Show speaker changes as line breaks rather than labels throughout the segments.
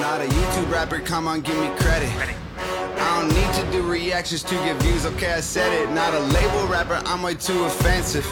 Not a YouTube rapper, come on, give me credit. I don't need to do reactions to get views, okay, I said it. Not a label rapper, I'm way too offensive.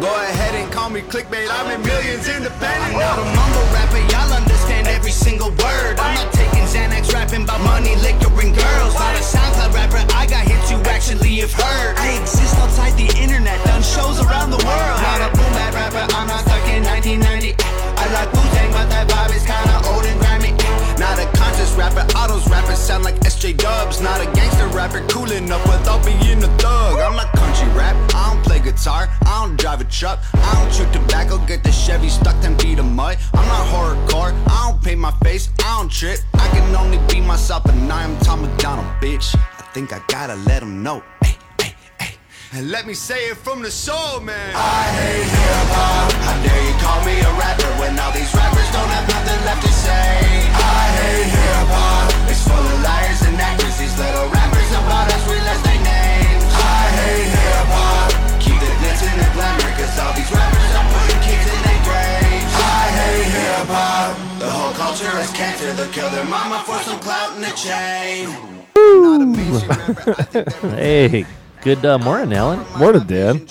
Go ahead and call me clickbait, I'm in millions independent.
I'm not a mumble rapper, y'all understand every single word. I'm not taking Xanax, rapping about money, liquor, and girls. Not a SoundCloud rapper, I got hits you actually have heard. I exist outside the internet, done shows around the world. Not a boom bap rapper, I'm not stuck in 1990. I like Wu Tang, but that vibe is kinda old and grimy. Not a conscious rapper, all those rappers sound like SJ Dubs. Not a gangster rapper, coolin' up without being a thug. I'm not country rap, I don't play guitar, I don't drive a truck, I don't chew tobacco, get the Chevy stuck 10 feet of mud. I'm not horrorcore, I don't paint my face, I don't trip. I can only be myself, and I am Tom McDonald, bitch. I think I gotta let him know. Ay, ay, ay.
And let me say it from the soul, man.
I hate hip hop. How dare you call me a rapper when all these rappers don't have nothing left to say? I hate hip hop. It's full of liars and actors. These little rappers about us, we less their names. I hate hip hop. Keep the glitz and the glamour, cause all these rappers are putting kids in their graves. I hate hip hop. The whole culture is cancer. They'll kill their mama for some clout in the chain.
Not a mainstream rapper, I think that-
Hey, good uh, morning, Alan.
Morning, Dan.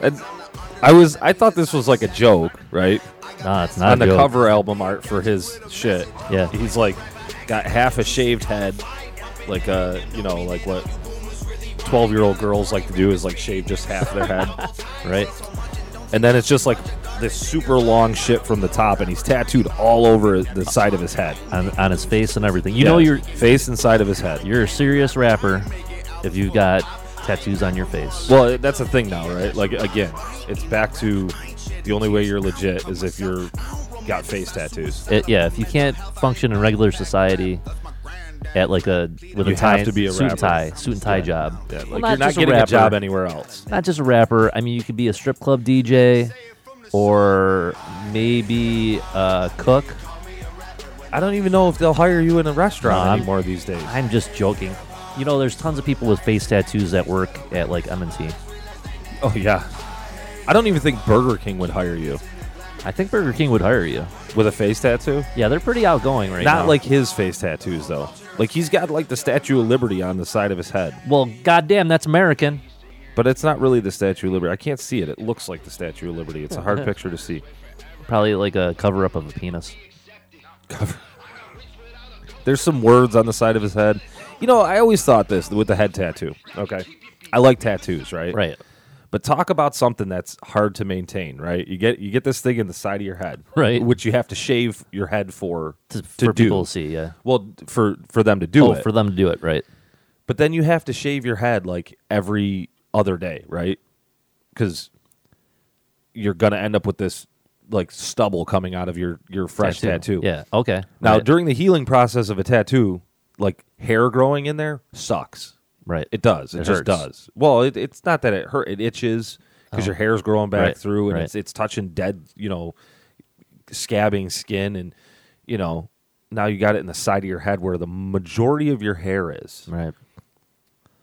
And I was I thought this was like a joke, right?
Nah, it's not
On
a
the
joke.
cover album art for his shit.
Yeah.
He's like got half a shaved head, like uh, you know, like what twelve year old girls like to do is like shave just half their head. right? And then it's just like this super long shit from the top and he's tattooed all over the side of his head.
on, on his face and everything. You
Yeah.
know you're
face inside of his head.
you're a serious rapper if you've got tattoos on your face.
Well, that's the thing now, right? Like again, it's back to the only way you're legit is if you're got face tattoos.
It- yeah, if you can't function in regular society at like a with
You
a tie,
have to be a
suit
rapper.
and tie, suit and tie job.
Yeah, like
Well,
you're not
just
getting a,
rapper.
job anywhere else.
Not just a rapper. I mean, you could be a strip club DJ or maybe a cook.
I don't even know if they'll hire you in a restaurant
No, I'm-
anymore these days.
I'm just joking. You know, there's tons of people with face tattoos that work at like M&T.
Oh yeah, I don't even think Burger King would hire you
I think Burger King would hire you.
with a face tattoo.
Yeah, they're pretty outgoing right now.
Not like his face tattoos though. Like he's got like the Statue of Liberty on the side of his head,
well, goddamn, that's American.
but it's not really the Statue of Liberty. I can't see it. It looks like the Statue of Liberty. It's a hard picture to see.
Probably like a cover up of a penis.
There's some words on the side of his head. You know, I always thought this with the head tattoo. Okay. I like tattoos, right?
Right.
But talk about something that's hard to maintain, right? You get you get this thing in the side of your head,
Right.
Which you have to shave your head for
To,
to,
for
do.
people to see, yeah.
Well, for for them to do
oh,
it.
for them to do it, right.
but then you have to shave your head like every other day, right? Because you're gonna end up with this like stubble coming out of your your fresh tattoo.
Yeah, okay.
Now,
right.
during the healing process of a tattoo, like hair growing in there sucks.
right.
It does. It,
It
just
hurts.
does. Well, it, it's not that it hurt. It itches because your hair's growing back
Oh. Right,
through, and
right.
it's it's touching dead, you know, scabbing skin, and you know, now you got it in the side of your head where the majority of your hair is.
Right.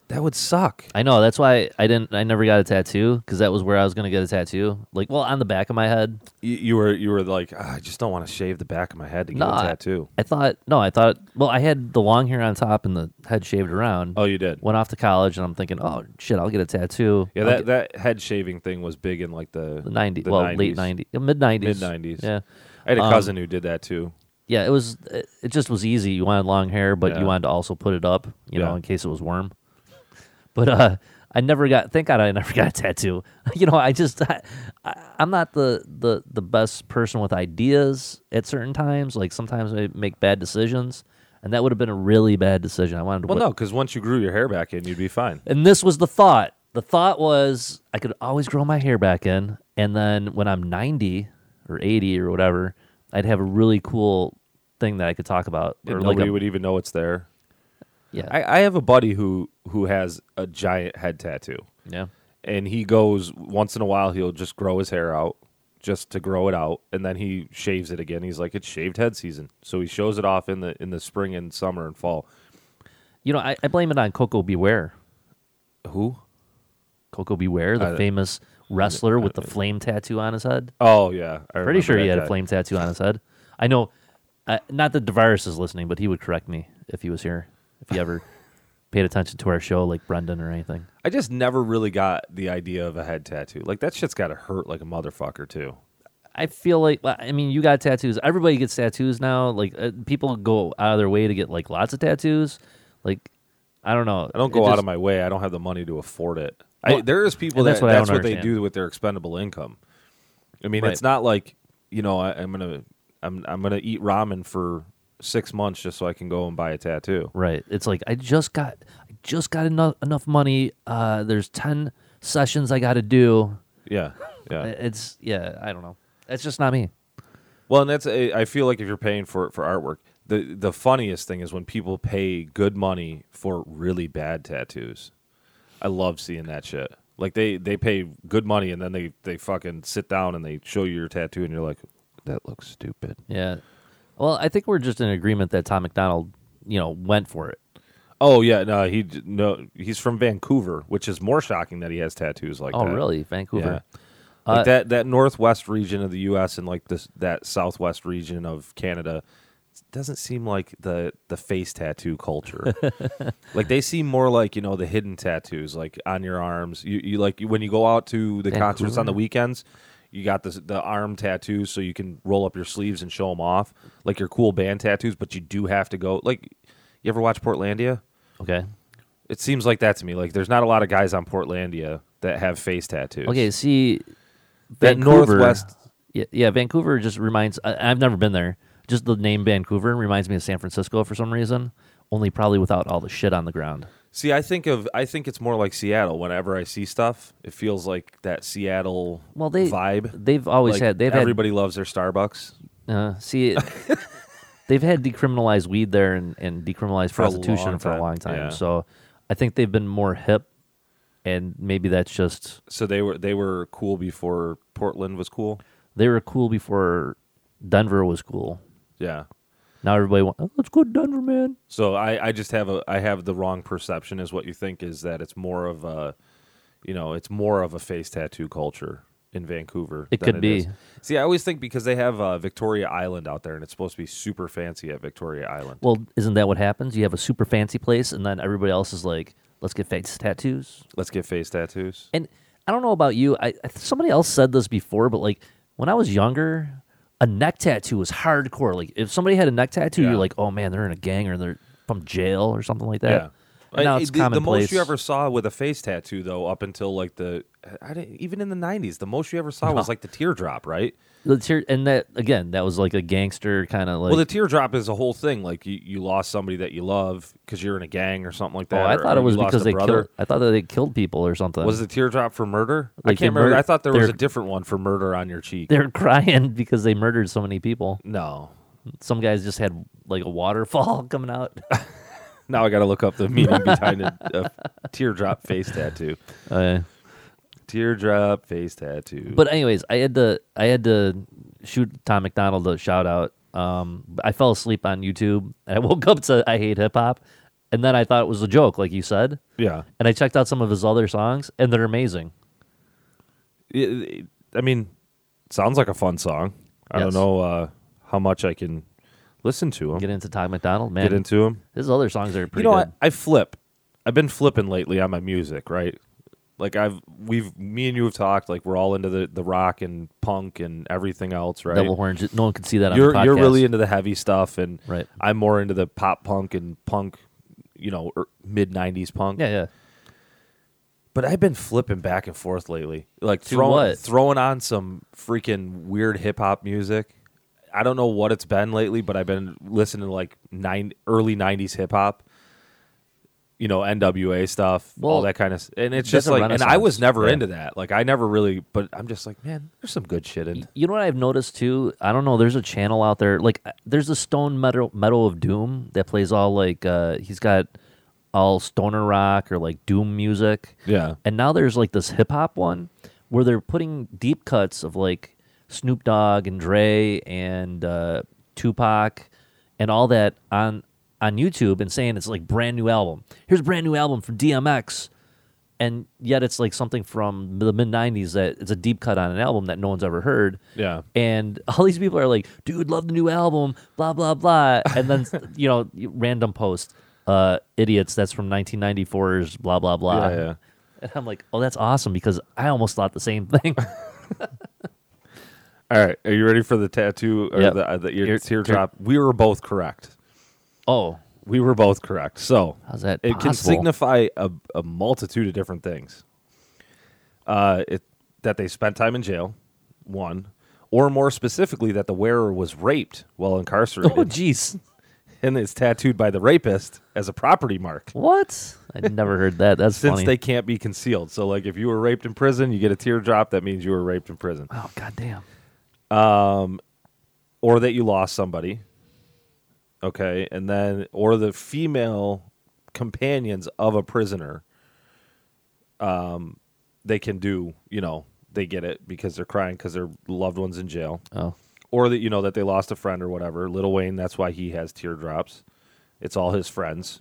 That would suck.
I know. That's why I didn't. I never got a tattoo because that was where I was gonna get a tattoo. Like, well, on the back of my head.
You, you were you were like, "Ah, I just don't want to shave the back of my head to get
No,
a
I-
tattoo.
I thought. No, I thought. Well, I had the long hair on top and the head shaved around.
Oh, you did.
Went off to college and I'm thinking, oh shit, I'll get a tattoo.
Yeah,
I'll
that,
get
that head shaving thing was big in like the
the ninety.
the
Well, late
90s.
ninety, mid nineties,
mid nineties.
Yeah,
I had a
Um,
cousin who did that too.
yeah. It was. It, it just was easy. You wanted long hair, but
Yeah.
you wanted to also put it up, you
Yeah.
know, in case it was warm. But uh, I never got. Thank God I never got a tattoo. You know, I just I, I, I'm not the the the best person with ideas at certain times. Like sometimes I make bad decisions, and that would have been a really bad decision. I wanted to.
Well,
put-
no, because once you grew your hair back in, you'd be fine.
And this was the thought. The thought was I could always grow my hair back in, and then when I'm 90 or 80 or whatever, I'd have a really cool thing that I could talk about. Or
And
like
nobody
a-
would even know it's there.
yeah,
I, I have a buddy who who has a giant head tattoo,
yeah,
and he goes once in a while. He'll just grow his hair out, just to grow it out, and then he shaves it again. He's like, it's shaved head season, so he shows it off in the in the spring and summer and fall.
you know, I, I blame it on Coco Beware.
Who?
Coco Beware, the
I-
famous wrestler with the flame tattoo on his head.
Oh yeah, I
Pretty
remember
sure he
that
had
guy.
a flame tattoo on his head. I know Uh, not that DeVirus is listening, but he would correct me if he was here, if he ever paid attention to our show, like Brendan or anything.
I just never really got the idea of a head tattoo. Like that shit's got to hurt like a motherfucker too.
I feel like well, I mean you got tattoos. Everybody gets tattoos now. Like uh, people go out of their way to get like lots of tattoos. Like I don't know.
I don't go out of my way. I don't have the money to afford it. I,
Well,
there is people
and
that
that's
that's
what
what,
I don't
they
understand.
do with their expendable income. I mean,
Right.
it's not like you know I, I'm gonna I'm I'm gonna eat ramen for six months just so I can go and buy a tattoo.
Right. It's like I just got I just got enough enough money. Uh, there's ten sessions I got to do.
Yeah, yeah.
It's yeah. I don't know. That's just not me.
Well, and that's I I feel like if you're paying for for artwork, the the funniest thing is when people pay good money for really bad tattoos. I love seeing that shit. Like they they pay good money and then they they fucking sit down and they show you your tattoo and you're like, that looks stupid.
Yeah. Well, I think we're just in agreement that Tom McDonald, you know, went for it.
Oh yeah, no he d- no he's from Vancouver, which is more shocking that he has tattoos like
Oh,
that.
really? Vancouver.
Yeah. Like
Uh,
that that northwest region of the U.S. and like this that southwest region of Canada doesn't seem like the the face tattoo culture. like they seem more like you know the hidden tattoos, like on your arms. You you like when you go out to the concerts on the
Vancouver.
weekends. You got the the arm tattoos, so you can roll up your sleeves and show them off, like your cool band tattoos. But you do have to go. Like, you ever watch Portlandia?
Okay.
It seems like that to me. Like, there's not a lot of guys on Portlandia that have face tattoos.
Okay. See,
that
Vancouver-
northwest
Yeah, yeah. Vancouver just reminds. I, I've never been there. Just the name Vancouver reminds me of San Francisco for some reason. Only probably without all the shit on the ground.
See, I think of I think it's more like Seattle. Whenever I see stuff, it feels like that Seattle
Well, they
vibe.
They've always
Like,
had. They've had
everybody loves their Starbucks
Uh, see, they've had decriminalized weed there and, and decriminalized
a
prostitution
long
for a
time,
long time.
yeah.
So I think they've been more hip, and maybe that's just
so they were they were cool before Portland was cool.
they were cool before Denver was cool.
Yeah.
Now everybody wants, oh, let's go to Denver, man.
So I I just have a I have the wrong perception is what you think is that it's more of a you know it's more of a face tattoo culture in Vancouver.
It
than
could be.
is. See, I always think because they have uh, Victoria Island out there, and it's supposed to be super fancy at Victoria Island.
Well, isn't that what happens? You have a super fancy place, and then everybody else is like, let's get face tattoos.
Let's get face tattoos.
And I don't know about you. I, I somebody else said this before, but like when I was younger, a neck tattoo was hardcore. Like if somebody had a neck tattoo,
Yeah.
you're like, oh man, they're in a gang or they're from jail or something like that.
I-
And now
I-
it's
the, the
commonplace.
most you ever saw with a face tattoo, though, up until like the, I didn't, even in the '90s, the most you ever saw was like the teardrop, right?
Let's hear- and that again, that was like a gangster kind of like.
well, the teardrop is a whole thing. Like you, you lost somebody that you love because you're in a gang or something like
oh,
that.
I
or-
thought
or
it was
you lost
because
a
they
brother.
killed. I thought that they killed people or something.
Was the teardrop for murder? I
Like, they
can't remember.
mur-
I thought there was
they're-
a different one for murder on your cheek.
They're crying because they murdered so many people.
No.
Some guys just had like a waterfall coming out.
Now I got to look up the meaning behind a, a teardrop face tattoo.
Uh,
Teardrop face tattoo.
But anyways, I had to I had to shoot Tom McDonald a shout out. Um, I fell asleep on YouTube and I woke up to I hate hip hop, and then I thought it was a joke, like you said.
yeah,
And I checked out some of his other songs, and they're amazing.
it, I mean, sounds like a fun song. I
Yes.
don't know uh, how much I can listen to him. Get,
Get into Tom McDonald, man.
into him.
his other songs are
You
pretty
know,
good.
what? I flip. I've been flipping lately on my music, right? Like I've we've me and you have talked. Like we're all into the the rock and punk and everything else, right?
Devil horns. No one could see that on
you're
the podcast.
you're really into the heavy stuff, and
Right.
I'm more into the pop punk and punk. You know, mid '90s punk.
yeah, yeah.
But I've been flipping back and forth lately, like
To
throwing
what?
throwing on some freaking weird hip hop music. I don't know what it's been lately, but I've been listening to like nine early '90s hip hop. You know, NWA stuff,
Well,
all that kind of, s- and it's
that's
just
a
like, and I
renaissance,
was never
yeah.
into that. Like, I never really, but I'm just like, man, there's some good shit in.
You know what I've noticed too? I don't know. There's a channel out there, like uh, there's a Stone Metal Metal of Doom that plays all like uh, he's got all stoner rock or like doom music.
Yeah.
And now there's like this hip hop one where they're putting deep cuts of like Snoop Dogg and Dre and uh, Tupac and all that on on YouTube and saying it's like brand new album. Here's a brand new album from DMX and yet it's like something from the mid '90s that it's a deep cut on an album that no one's ever heard.
Yeah.
And all these people are like, "Dude, love the new album," blah blah blah, and then you know, random post, uh, idiots. That's from 1994's blah blah blah.
Yeah, yeah.
And I'm like, "Oh, that's awesome," because I almost thought the same thing.
All right. Are you ready for the tattoo or
Yep.
the, uh, the ear,
Ear-
teardrop? we were both correct.
oh,
We were both correct. So
How's that
It can
possible?
signify a, a multitude of different things. Uh, it that they spent time in jail, one, or more specifically that the wearer was raped while incarcerated,
oh, jeez,
and is tattooed by the rapist as a property mark.
what? I never heard that. That's
Since
funny.
they can't be concealed, so like if you were raped in prison, you get a teardrop. That means you were raped in prison.
oh, goddamn.
or that you lost somebody. Okay, and then or the female companions of a prisoner. Um, they can do you know they get it because they're crying because their loved ones in jail,
Oh,
or that you know that they lost a friend or whatever. Little Wayne, that's why he has teardrops. It's all his friends.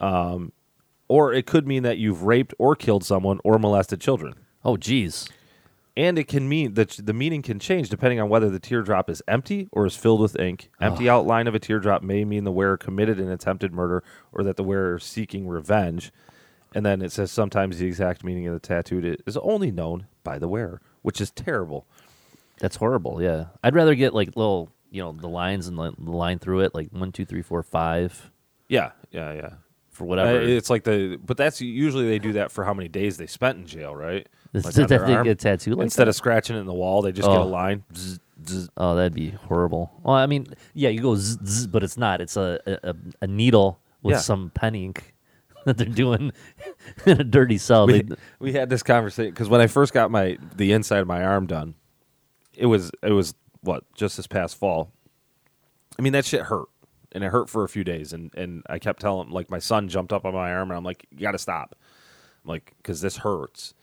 Um, or it could mean that you've raped or killed someone or molested children
oh, jeez.
and it can mean that the meaning can change depending on whether the teardrop is empty or is filled with ink. Empty outline of a teardrop may mean the wearer committed an attempted murder or that the wearer is seeking revenge. And then it says sometimes the exact meaning of the tattoo is only known by the wearer, which is terrible.
That's horrible. Yeah, I'd rather get like little, you know, the lines and the the line through it, like one, two, three, four, five,
Yeah, yeah, yeah.
for
Uh,
whatever.
it's like the but that's usually they do that for how many days they spent in jail, right?
Is
Like
that
on their
they
arm.
get tattooed like
instead
that?
of scratching it in the wall, they just get a
Oh.
line.
oh, that'd be horrible. Well, I mean, yeah, you go, zzz, zzz, but it's not. It's a a, a- a needle with
Yeah.
some pen ink that they're doing in a dirty cell.
we,
They-
we had this conversation because when I first got my the inside of my arm done, it was it was what just this past fall. I mean that shit hurt, and it hurt for a few days, and and I kept telling like my son jumped up on my arm, and I'm like, you got to stop, I'm like because this hurts.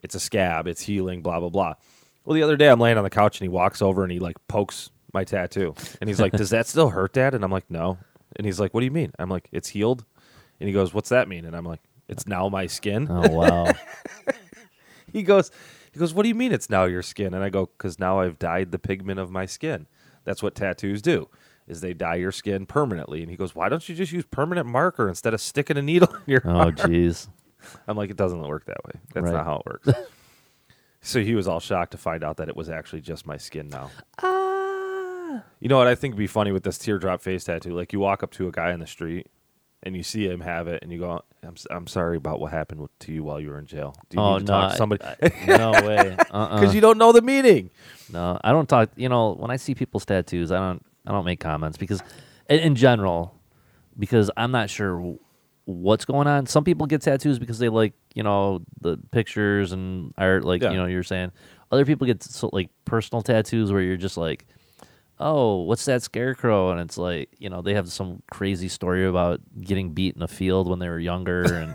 It's a scab. It's healing. Blah blah blah. Well, the other day I'm laying on the couch and he walks over and he like pokes my tattoo and he's like, "Does that still hurt, Dad?" And I'm like, "No." And he's like, "What do you mean?" I'm like, "It's healed." And he goes, "What's that mean?" And I'm like, "It's now my skin."
oh wow.
he goes he goes what do you mean it's now your skin and i go because now i've dyed the pigment of my skin that's what tattoos do is they dye your skin permanently and he goes why don't you just use permanent marker instead of sticking a needle in your
Oh jeez.
i'm like it doesn't work that way that's
Right.
not how it works so he was all shocked to find out that it was actually just my skin now you know what i think would be funny with this teardrop face tattoo like you walk up to a guy in the street and you see him have it and you go i'm, s- I'm sorry about what happened with- to you while you were in jail do you
oh
need to
no.
talk
I-
to somebody
I- no way. Uh-uh.
because you don't know the meaning.
No, I don't talk. You know, when I see people's tattoos, I don't. I don't make comments because, in, in general, because I'm not sure w- what's going on. Some people get tattoos because they like you know the pictures and art, like
Yeah.
you know you're saying. Other people get so, like personal tattoos where you're just like, oh, what's that scarecrow? And it's like you know they have some crazy story about getting beat in a field when they were younger and.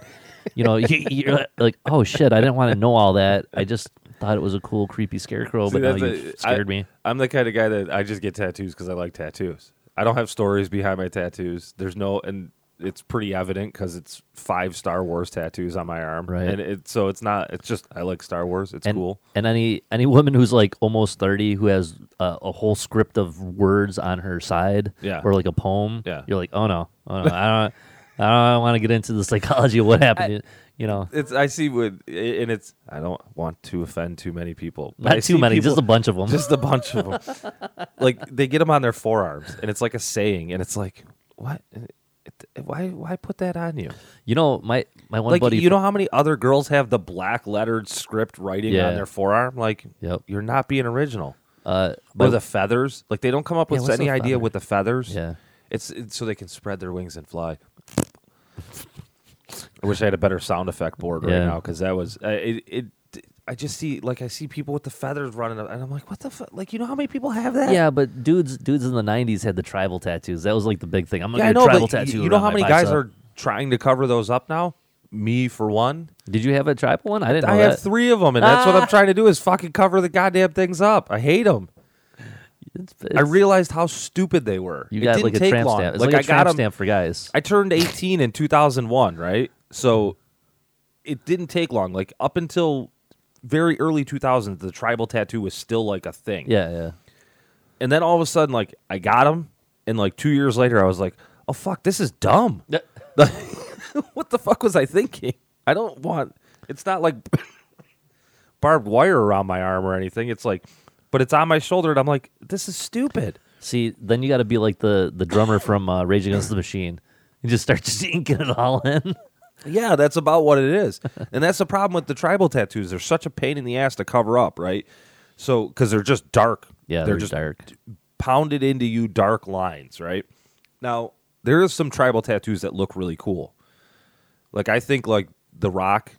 You know, you- you're like, oh shit! I didn't want to know all that. I just thought it was a cool, creepy scarecrow, but now
that's
you
a-
scared
I,
me.
I'm the kind of guy that I just get tattoos because I like tattoos. I don't have stories behind my tattoos. There's no, and it's pretty evident because it's five Star Wars tattoos on my arm,
Right.
And it, so it's not. It's just I like Star Wars. It's
and,
cool.
And any any woman who's like almost thirty who has a, a whole script of words on her side,
Yeah.
or like a poem,
Yeah.
you're like, oh no, oh no, I don't, I don't want to get into the psychology of what happened, you know.
It's I see with, and it's I don't want to offend too many people. but
Not
I
too
see
many,
people-
just a bunch of them.
just a bunch of them. like they get them on their forearms, and it's like a saying, and it's like what. It- Why? Why put that on you?
you know, my my one
like
buddy,
you know how many other girls have the black lettered script writing
Yeah.
on their forearm like
Yep.
you're not being original
uh,
or
my-
the feathers like they don't come up
Yeah,
with
what's
any
the
idea
feather?
with the feathers
Yeah.
it's, it's so they can spread their wings and fly i wish i had a better sound effect board right
Yeah.
now because that was uh, it, it i just see like i see people with the feathers running up and i'm like what the fuck like you know how many people have that
yeah, but dudes dudes in the '90s had the tribal tattoos. That was like the big thing. I'm gonna
yeah i
get
know
a tribal
but y-
tattoo.
you know
around
how
my
many guys
bicep.
are trying to cover those up now me for one
Did you have a tribal one? I didn't. Know
I
that. Ah.
have three of them, and that's what I'm trying to do is fucking cover the goddamn things up. I hate them.
It's-
I
it's-
realized how stupid they were.
You
It
got
didn't
like a
take
tramp
long.
stamp. It's
Like,
like, a
I got
tramp
'em-
stamp for guys.
I turned 18 in 2001, right? So it didn't take long. Like up until very early 2000s, the tribal tattoo was still like a thing.
Yeah, yeah.
And then all of a sudden, like I got them, and like two years later, I was like, oh fuck, this is dumb. what the fuck was I thinking? I don't want. It's not like barbed wire around my arm or anything. It's like, but it's on my shoulder, and I'm like, this is stupid.
See, then you got to be like the the drummer from uh, Rage Against the Machine. You just start just inking it all in.
Yeah, that's about what it is. and that's the problem with the tribal tattoos. They're such a pain in the ass to cover up, right? So, because they're just dark.
Yeah,
they're,
they're
just
dark.
d- pounded into you dark lines, right? Now, there is some tribal tattoos that look really cool. Like, I think, like, The Rock,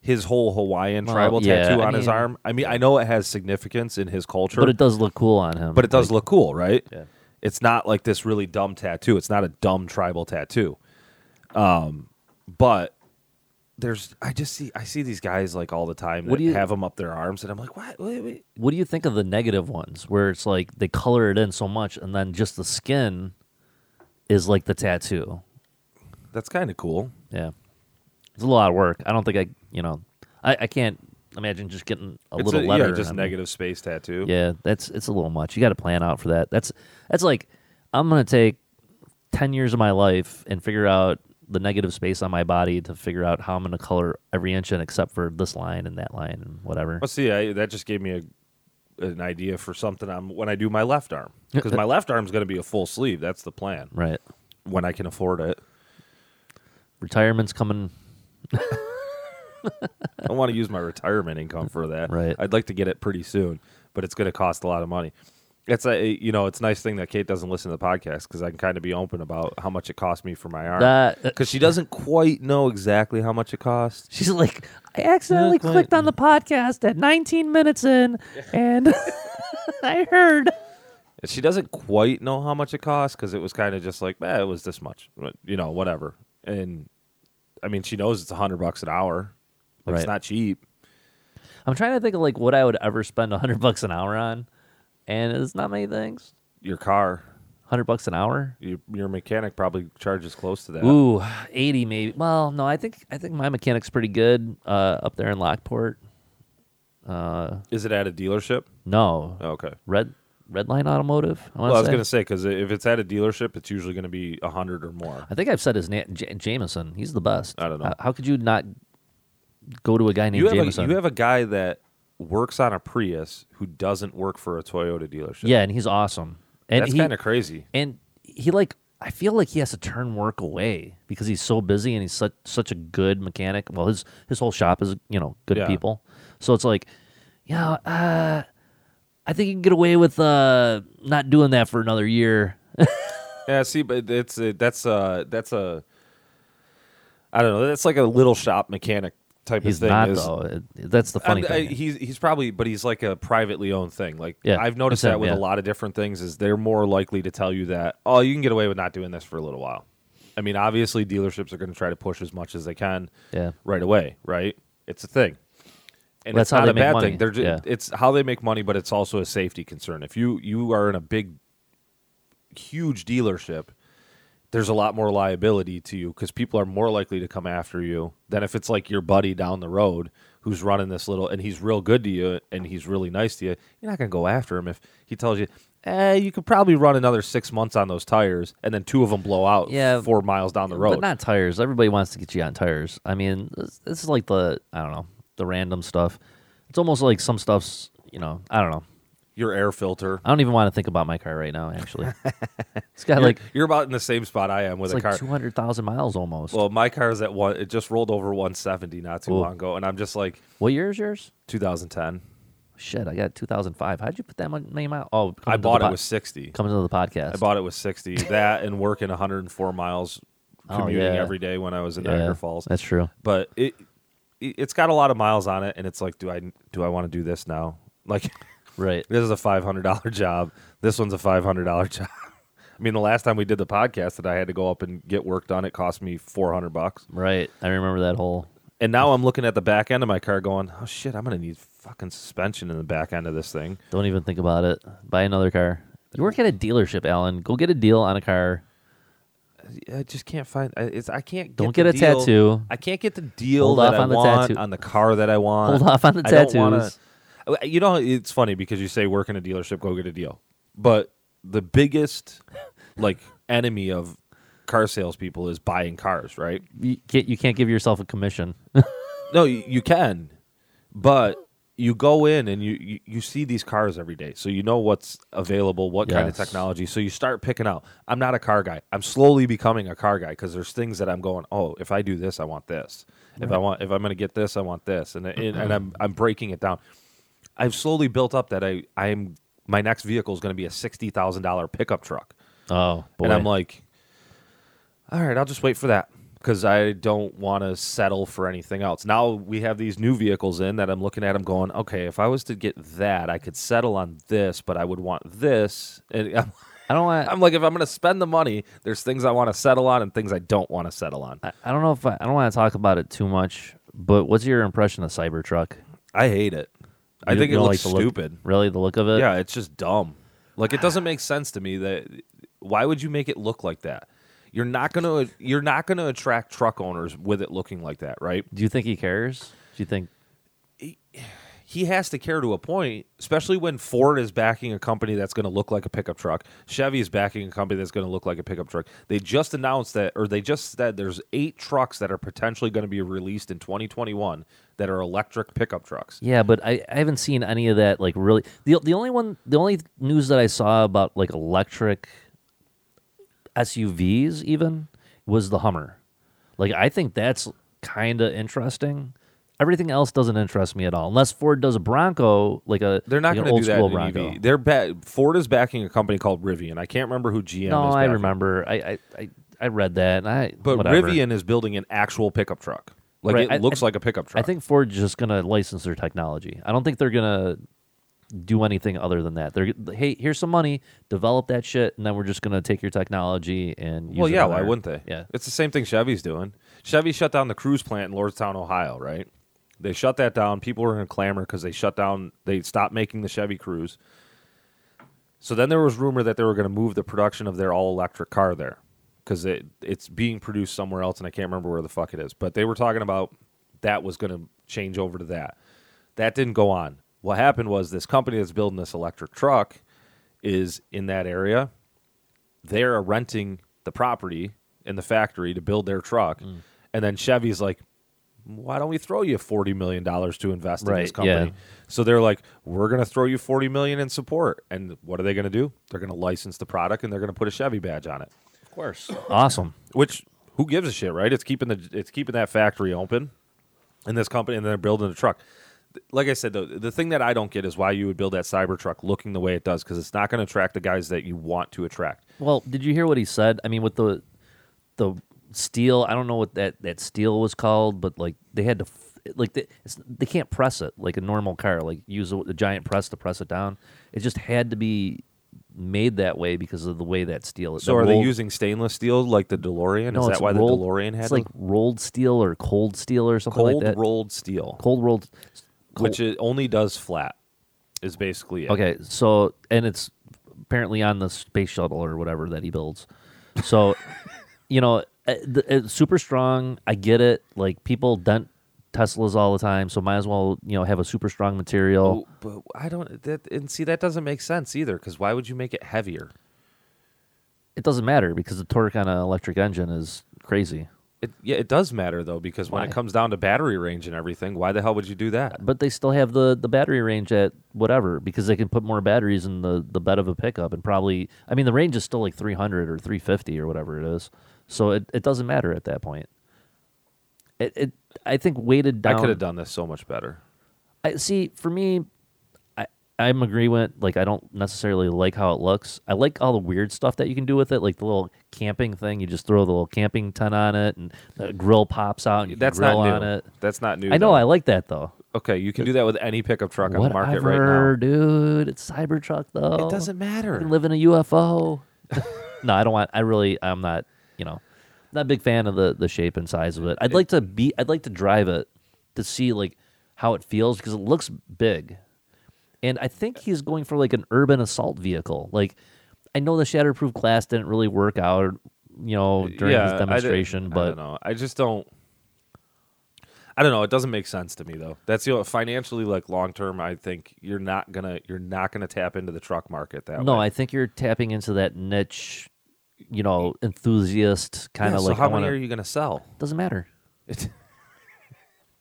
his whole Hawaiian
Well,
tribal
yeah,
tattoo
I
on his
mean-
arm. I mean, I know it has significance in his culture,
But it does look cool on him.
but it does look cool, right?
Yeah.
It's not like this really dumb tattoo. It's not a dumb tribal tattoo. Um, but there's I just see I see these guys like all the time that
What do you-
have them up their arms, and I'm like, what? Wait, wait.
what do you think of the negative ones where it's like they color it in so much and then just the skin is like the tattoo?
That's kind of cool.
Yeah. It's a lot of work. I don't think I, you know, I, I can't imagine just getting a
It's
little
yeah,
letter.
just
on-
negative space tattoo.
Yeah, that's it's a little much. You got to plan out for that. That's that's like I'm going to take 10 years of my life and figure out the negative space on my body to figure out how I'm going to color every inch in except for this line and that line and whatever.
Well, see, I, that just gave me a, an idea for something I'm when I do my left arm because my left arm's going to be a full sleeve. That's the plan
Right.
when I can afford it.
Retirement's coming
I don't want to use my retirement income for that.
Right.
I'd like to get it pretty soon, but it's going to cost a lot of money. It's a you know it's a nice thing that Kate doesn't listen to the podcast because I can kind of be open about how much it cost me for my arm
that uh,
because she doesn't quite know exactly how much it costs.
She's like, I accidentally
quite.
clicked on the podcast at 19 minutes in, and I heard.
She doesn't quite know how much it costs because it was kind of just like eh, it was this much, but, you know, whatever. And I mean, she knows it's a hundred bucks an hour. Like, It's
Right.
not cheap.
I'm trying to think of like what I would ever spend 100 bucks an hour on, and it's not many things.
Your car,
100 bucks an hour.
your, your mechanic probably charges close to that.
Ooh, 80 maybe. Well, no, I think I think my mechanic's pretty good uh, up there in Lockport.
Is it at a dealership? Oh,
No,
Okay.
Red Red Line Automotive. I, wanna
Well, I was
say.
gonna say because if it's at a dealership, it's usually gonna be a hundred or more.
I think I've said his name, J- Jameson. He's the best.
I don't know.
How, how could you not go to a guy named
You have, a,
Jameson?
you have a guy that works on a Prius who doesn't work for a Toyota dealership.
yeah, and he's awesome. And
that's
he-
kind of crazy.
and he like I feel like he has to turn work away because he's so busy and he's such such a good mechanic. Well, his his whole shop is you know good
Yeah.
people, so it's like, yeah, uh, I think you can get away with uh, not doing that for another year.
Yeah, see, but it's uh, that's uh that's a I don't know. That's like a little shop mechanic type
He's
of thing.
not
is-
though. It- That's the funny
I'm- I-
thing.
he's he's probably, but he's like a privately owned thing. Like
Yeah,
I've noticed
that's
that
him,
with a
yeah.
lot of different things is they're more likely to tell you that oh you can get away with not doing this for a little while. I mean, obviously dealerships are going to try to push as much as they can
Yeah.
right away, right? It's a thing. And
Well,
it's
that's how
not
they make
a bad
money,
thing. They're just,
yeah.
it's how they make money, but it's also a safety concern. If you you are in a big huge dealership, there's a lot more liability to you because people are more likely to come after you than if it's like your buddy down the road who's running this little and he's real good to you and he's really nice to you. You're not gonna go after him if he tells you, "Eh, you could probably run another six months on those tires," and then two of them blow out
Yeah,
four miles down the
but
road.
not tires. Everybody wants to get you on tires. I mean, this, this is like the I don't know the random stuff. It's almost like some stuff's you know I don't know.
your air filter.
I don't even want to think about my car right now. Actually, it's got
You're-
like
you're, about in the same spot I am with
It's
a
like
car.
two hundred thousand miles almost.
Well, my car's at one. It just rolled over 170 not too
Ooh.
long ago, and I'm just like
what year is yours?
2010.
Shit, I got two thousand five. How'd you put that mon- many miles? Oh,
I bought it
with
with 60.
coming to the podcast.
I bought it with 60. That and working 104 miles
Oh,
commuting
yeah.
every day when I was in
Yeah,
Niagara Falls.
That's true.
but it it- it's got a lot of miles on it, and it's like, do I do I want to do this now? Like
Right.
this is a five hundred dollar job. This one's a five hundred dollar job. I mean, the last time we did the podcast that I had to go up and get work done, it cost me four hundred bucks.
Right. I remember that whole.
And now I'm looking at the back end of my car, going, "Oh shit, I'm gonna need fucking suspension in the back end of this thing."
Don't even think about it. Buy another car. You work at a dealership, Alan. Go get a deal on a car.
I just can't find. I- It's I can't. Get
Don't
the
get a
deal-
tattoo.
I can't get the deal
Hold off
that I
on the
want
tattoo.
on the car that I want.
Hold off on the
I don't wanna-
tattoos.
Uh, you know, it's funny because you say work in a dealership, go get a deal. But the biggest like enemy of car salespeople is buying cars, right?
You can't, you can't give yourself a commission.
No, you, you can, but you go in and you, you you see these cars every day, so you know what's available, what kind of
Yes.
technology. So you start picking out. I'm not a car guy. I'm slowly becoming a car guy because there's things that I'm going. Oh, if I do this, I want this. If I want, if I'm going to get this, I want this, and it, and I'm I'm breaking it down. I've slowly built up that I I'm my next vehicle is going to be a sixty thousand dollar pickup truck.
Oh, boy.
And I'm like, all right, I'll just wait for that because I don't want to settle for anything else. Now we have these new vehicles in that I'm looking at. I'm going, okay, if I was to get that, I could settle on this, but I would want this. And I'm,
I don't want.
I'm like, if I'm going to spend the money, there's things I want to settle on and things I don't want to settle on.
I, I don't know if I, I don't want to talk about it too much. But what's your impression of Cybertruck?
I hate it. I
You-
think
you
it
don't
looks
like the look-
stupid.
really, the look of it.
yeah, it's just dumb. Like it doesn't make sense to me that why would you make it look like that? You're not gonna you're not gonna attract truck owners with it looking like that, right?
Do you think he cares? Do you think?
he has to care to a point, especially when Ford is backing a company that's going to look like a pickup truck. Chevy is backing a company that's going to look like a pickup truck. They just announced that, or they just said there's eight trucks that are potentially going to be released in 2021 that are electric pickup trucks.
Yeah, but I, I haven't seen any of that. Like really, the the only one, the only news that I saw about like electric SUVs even was the Hummer. Like I think that's kind of interesting. Everything else doesn't interest me at all, unless Ford does a Bronco, like a
They're not
like an
going to
old
do that
school
in an
Bronco.
EV. They're ba- Ford is backing a company called Rivian. I can't remember who GM
No,
is.
I
backing.
remember. I, I I I read that. And I
But
whatever.
Rivian is building an actual pickup truck. Like
Right,
it
I-
looks
I-
like a pickup
I
truck.
think Ford's just gonna license their technology. I don't think they're gonna do anything other than that. They're hey, here's some money, develop that shit, and then we're just gonna take your technology and use
Well,
it
yeah,
on
why
our-
wouldn't they?
Yeah,
It's the same thing Chevy's doing. Chevy shut down the cruise plant in Lordstown, Ohio, right? They shut that down. People were in a clamor because they shut down, they stopped making the Chevy Cruise. So then there was rumor that they were going to move the production of their all electric car there because it, it's being produced somewhere else, and I can't remember where the fuck it is. But they were talking about that was going to change over to that. That didn't go on. What happened was this company that's building this electric truck is in that area they're renting the property in the factory to build their truck, and then Chevy's like, "Why don't we throw you forty million dollars to invest in this
Right, yeah.
company?" So they're like, "We're going to throw you forty million in support." And what are they going to do? They're going to license the product and they're going to put a Chevy badge on it. Of course.
awesome.
Which who gives a shit, right? It's keeping the it's keeping that factory open, and this company, and then they're building a truck. Th- Like I said, though, the thing that I don't get is why you would build that Cybertruck looking the way it does, because it's not going to attract the guys that you want to attract.
Well, did you hear what he said? I mean, with the the steel, I don't know what that that steel was called, but like they had to. f- Like they, it's, they can't press it like a normal car. Like use a, a giant press to press it down. It just had to be made that way because of the way that steel.
So
that
are they
rolled-
using stainless steel like the DeLorean? Is that
it's
why
rolled-
the DeLorean had
It's like rolled steel or cold steel or something
cold
like that.
rolled steel,
Cold rolled.
which it only does flat? Is basically it.
Okay, so and it's apparently on the space shuttle or whatever that he builds. So, you know, uh, the- it's super strong. I get it. Like people dent Teslas all the time, so might as well you know have a super strong material.
Oh, but I don't. That, and see, that doesn't make sense either. Because why would you make it heavier?
It doesn't matter because the torque on an electric engine is crazy.
It, yeah, it does matter though, because when
Why?
it comes down to battery range and everything, why the hell would you do that?
But they still have the, the battery range at whatever because they can put more batteries in the, the bed of a pickup and probably I mean the range is still like 300 or 350 or whatever it is. So it, it doesn't matter at that point. It, it I think weighted
I
down
could have done this so much better.
I see for me I I'm agreement like I don't necessarily like how it looks. I like all the weird stuff that you can do with it like the little camping thing you just throw the little camping tent on it and the grill pops out and you can
That's
grill
not new.
on it.
That's not new.
I know
though.
I like that though.
okay, you can do that with any pickup truck on the
Whatever,
market right
dude. It's Cybertruck though.
now. It doesn't
I
matter.
can live in a UFO. no, I don't want. I really, I'm not. You know, not a big fan of the the shape and size of it. I'd like to be. I'd like to drive it to see like how it feels because it looks big, and I think he's going for like an urban assault vehicle. Like, I know the shatterproof glass didn't really work out you know, during
yeah, I
his
di-
demonstration,
I
but
don't know. I just don't. I don't know. It doesn't make sense to me though. That's the financially like long term. I think you're not gonna you're not gonna tap into the truck market that
no,
way.
I think you're tapping into that niche, you know, enthusiast kind
Yeah,
of
so
like
how
I
many
wanna,
are you gonna sell?
doesn't matter.
It,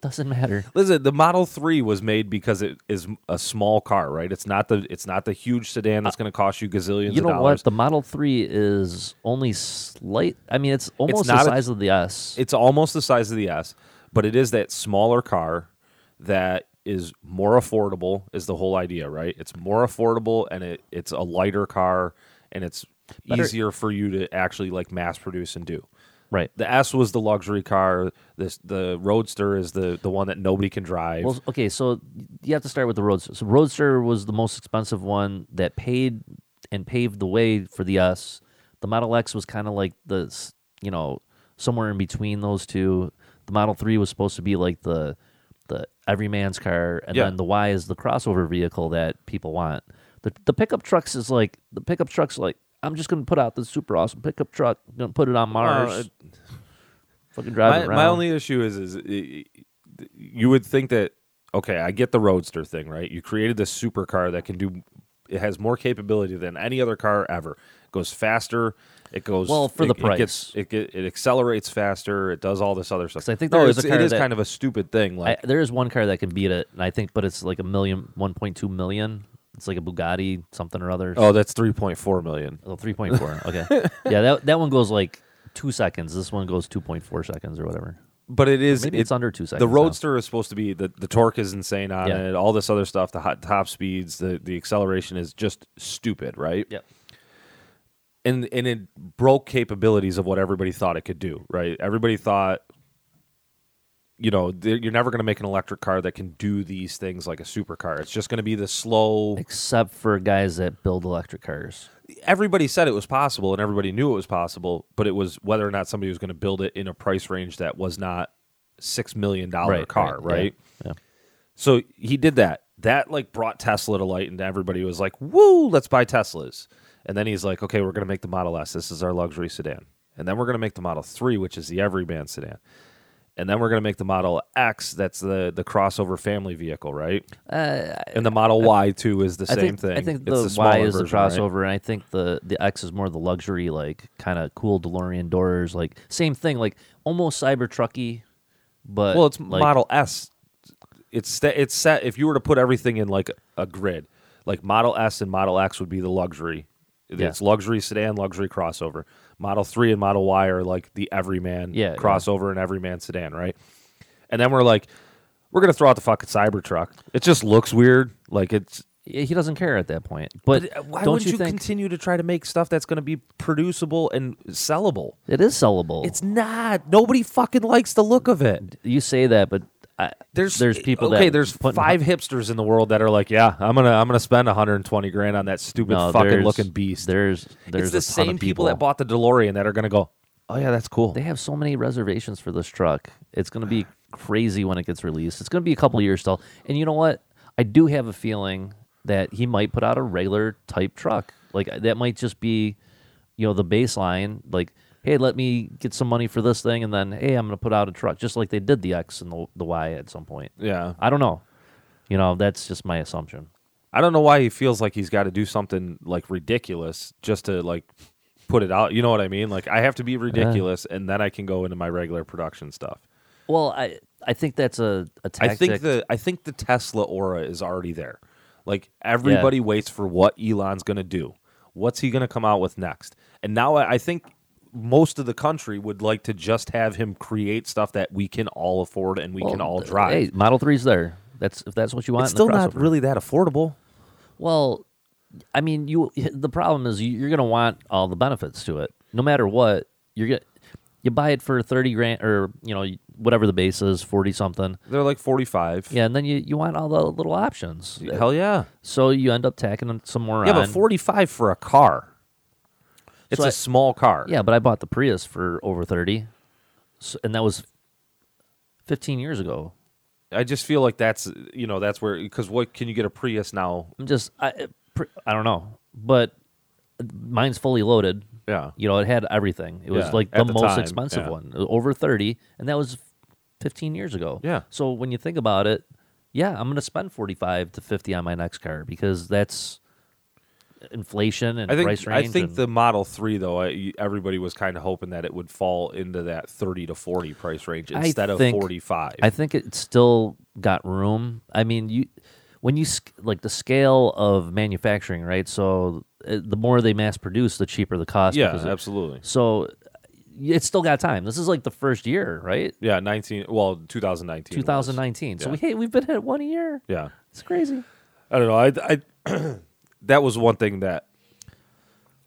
Doesn't matter.
listen, the Model Three was made because it is a small car, right? It's not the it's not the huge sedan that's gonna cost you gazillions.
Uh, You
of
know
dollars.
what? The Model 3 is only slight I mean it's almost the
not a-
size of the S.
it's almost the size of the S, but it is that smaller car that is more affordable is the whole idea, right? It's more affordable and it, it's a lighter car and it's easier for you to actually like mass produce and do.
right.
The S was the luxury car. This the Roadster is the the one that nobody can drive.
Well, okay, so you have to start with the Roadster. So Roadster was the most expensive one that paid and paved the way for the S. The Model X was kind of like the, s- you know, somewhere in between those two. The Model 3 was supposed to be like the the everyman's car and
Yeah.
then the Y is the crossover vehicle that people want. The the pickup trucks is like the pickup trucks like I'm just going to put out this super awesome pickup truck, going to put it on Mars. fucking drive it
my,
around.
my only issue is is i- i- you would think that okay i get the roadster thing right you created this supercar that can do it has more capability than any other car ever it goes faster it goes
Well, for
it,
the
it, gets,
price.
it, get, it accelerates faster it does all this other stuff
'Cause I think
no,
there is
it's-
a car
it is
that-
kind of a stupid thing
I,
like
there is one car that can beat it, and I think, but it's like a million, 1.2 million. It's like a Bugatti something or other.
oh that's 3.4 million
Oh, 3.4. Okay. yeah, that, that one goes like two seconds. This one goes 2.4 seconds or whatever.
but it is
Maybe
it-
it's under two seconds.
the
now.
roadster is supposed to be the, the torque is insane on
Yeah.
it all this other stuff the hot top speeds the, the acceleration is just stupid right
Yep.
and and it broke capabilities of what everybody thought it could do. Right? Everybody thought, you know, th- you're never going to make an electric car that can do these things like a supercar. It's just going to be the slow.
Except for guys that build electric cars.
Everybody said it was possible, and everybody knew it was possible, but it was whether or not somebody was going to build it in a price range that was not six million dollar
Right,
car.
right, yeah,
Right?
yeah.
So he did that. That like brought Tesla to light, and everybody was like, "Woo, let's buy Teslas." And then he's like, "Okay, we're going to make the Model S. This is our luxury sedan, and then we're going to make the Model Three, which is the everyman sedan, and then we're going to make the Model X. That's the the crossover family vehicle, right? and the Model Y too is the
Uh, I
same
think,
thing.
I think
It's
the, Y
smaller
is the
version, right?
crossover, and I think the, the X is more the luxury, like kind of cool DeLorean doors. Like, same thing, like almost Cybertrucky, but.
Well, it's
like,
Model S. It's sta- it's set. If you were to put everything in like a grid, like Model S and Model X would be the luxury.
Yeah.
It's luxury sedan, luxury crossover. Model three and Model Y are like the everyman
Yeah, yeah.
crossover and everyman sedan, right? And then we're like, we're gonna throw out the fucking Cybertruck. It just looks weird. Like it's.
He doesn't care at that point. But,
uh, Why
don't
would you,
think
continue to try to make stuff that's going to be producible and sellable?
It is sellable.
It's not. Nobody fucking likes the look of it.
you say that, but I,
there's eh,
there's people
okay.
that
there's
put-
five hipsters in the world that are like, yeah, I'm gonna I'm gonna spend 120 grand on that stupid
no,
fucking
there's-
looking beast.
There's there's
it's
a
the
ton
same
of
people. that bought the DeLorean that are gonna go. Oh yeah, that's cool.
They have so many reservations for this truck. It's gonna be crazy when it gets released. It's gonna be a couple years still. And you know what? I do have a feeling that he might put out a regular type truck. Like uh, that might just be, you know, the baseline. Like, hey, let me get some money for this thing, and then hey, I'm gonna put out a truck, just like they did the X and the, the Y at some point.
yeah,
I don't know. You know, that's just my assumption.
I don't know why he feels like he's got to do something like ridiculous just to like put it out. You know what I mean? Like I have to be ridiculous, and then I can go into my regular production stuff.
Well, I I think that's a, a tactic.
I think the I think the Tesla aura is already there. Like everybody waits for what Elon's going to do. What's he going to come out with next? And now I, I think most of the country would like to just have him create stuff that we can all afford and we can all
th-
drive.
Hey, Model 3's there. That's if that's what you want.
it's
in the
still not
crossover.
really that affordable.
Well, I mean, you. The problem is you- you're going to want all the benefits to it, no matter what. You're going you buy it for thirty grand or you know whatever the base is, forty something.
They're like 45.
Yeah, and then you, you want all the little options.
Hell yeah.
So you end up tacking on some more
Yeah,
on.
but 45 for a car. It's
So
a
I-
small car.
Yeah, but I bought the Prius for over thirty, so, and that was fifteen years ago.
I just feel like that's, you know, that's where cuz what can you get a Prius now
eh, I'm just I I- pr- I don't know, but mine's fully loaded,
Yeah.
You know, it had everything. It was
Yeah,
like the,
at the
most
time,
expensive
yeah.
one, over 30, and that was 15 years ago.
Yeah.
So when you think about it, yeah, I'm going to spend 45 to 50 on my next car because that's inflation and
I think
price range.
I think
and-
the Model Three though, I, you- everybody was kind of hoping that it would fall into that thirty to forty price range
I
instead of
think-
forty five.
I think it still got room. I mean, you when you sc- like the scale of manufacturing, right? So uh, the more they mass produce, the cheaper the cost.
Yeah,
because it-
absolutely.
So it's still got time. This is like the first year, right?
Yeah, nineteen. Well, two thousand nineteen.
2019. So
Yeah.
we hey, we've been at one year.
Yeah,
It's crazy.
I don't know. I, I that was one thing that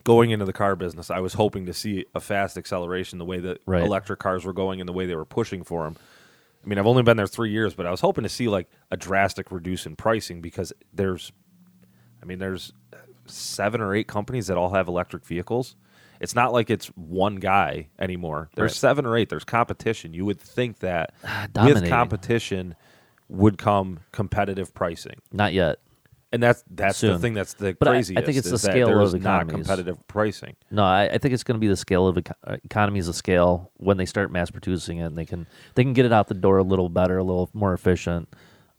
going into the car business, I was hoping to see a fast acceleration the way that
Right.
electric cars were going and the way they were pushing for them. I mean, I've only been there three years, but I was hoping to see like a drastic reduce in pricing because there's, I mean, there's seven or eight companies that all have electric vehicles. It's not like it's one guy anymore. There's
Right.
seven or eight. There's competition. You would think that with
Dominating.
competition would come competitive pricing
Not yet.
and that's that's the
Soon.
thing that's the
But I- I
craziest.
think it's the
is that
scale of
there's not
economies.
competitive pricing.
No, I, I think it's going to be the scale of eco- uh, economies of scale when they start mass producing it. And they can they can get it out the door a little better, a little more efficient.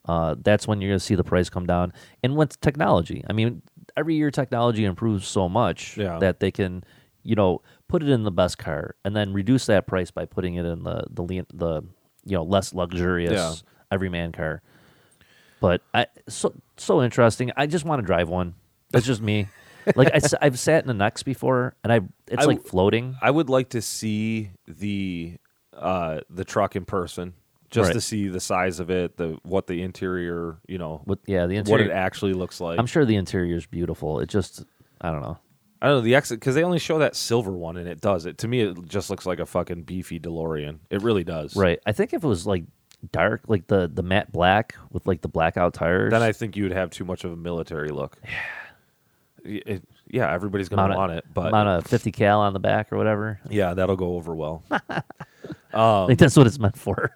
Uh, that's when you're going to see the price come down. And with technology, I mean, every year technology improves so much
Yeah.
that they can, you know, put it in the best car and then reduce that price by putting it in the the lean- the you know less luxurious
Yeah.
everyman car. But I so so interesting. I just want to drive one. That's just me. like I, have sat in an X before, and I it's
I
like
w-
floating.
I would like to see the uh, the truck in person, just
Right.
to see the size of it, the what the interior, you know,
With yeah, the
what
interior.
it actually looks like.
I'm sure the interior is beautiful. It just I don't know.
I don't know the exit because they only show that silver one, and it does it to me. It just looks like a fucking beefy DeLorean. It really does.
Right. I think if it was like dark, like the the matte black with like the blackout tires.
Then I think you would have too much of a military look. Yeah. It, yeah, everybody's gonna
mount
want
a,
it, but
mount a 50 cal on the back or whatever.
yeah, that'll go over well.
I think that's what it's meant for.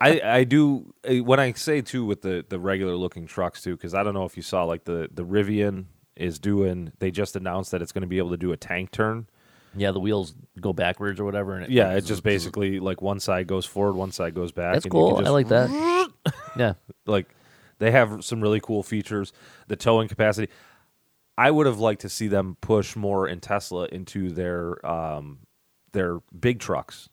I, I do uh, when I say too with the the regular looking trucks too because I don't know if you saw like the the Rivian is doing they just announced that it's going to be able to do a tank turn.
Yeah, the wheels go backwards or whatever, and it
Yeah, it just basically like one side goes forward, one side goes back.
that's
and you can
cool. I
just-
like that. yeah,
like they have some really cool features. The towing capacity. I would have liked to see them push more in Tesla into their um their big trucks.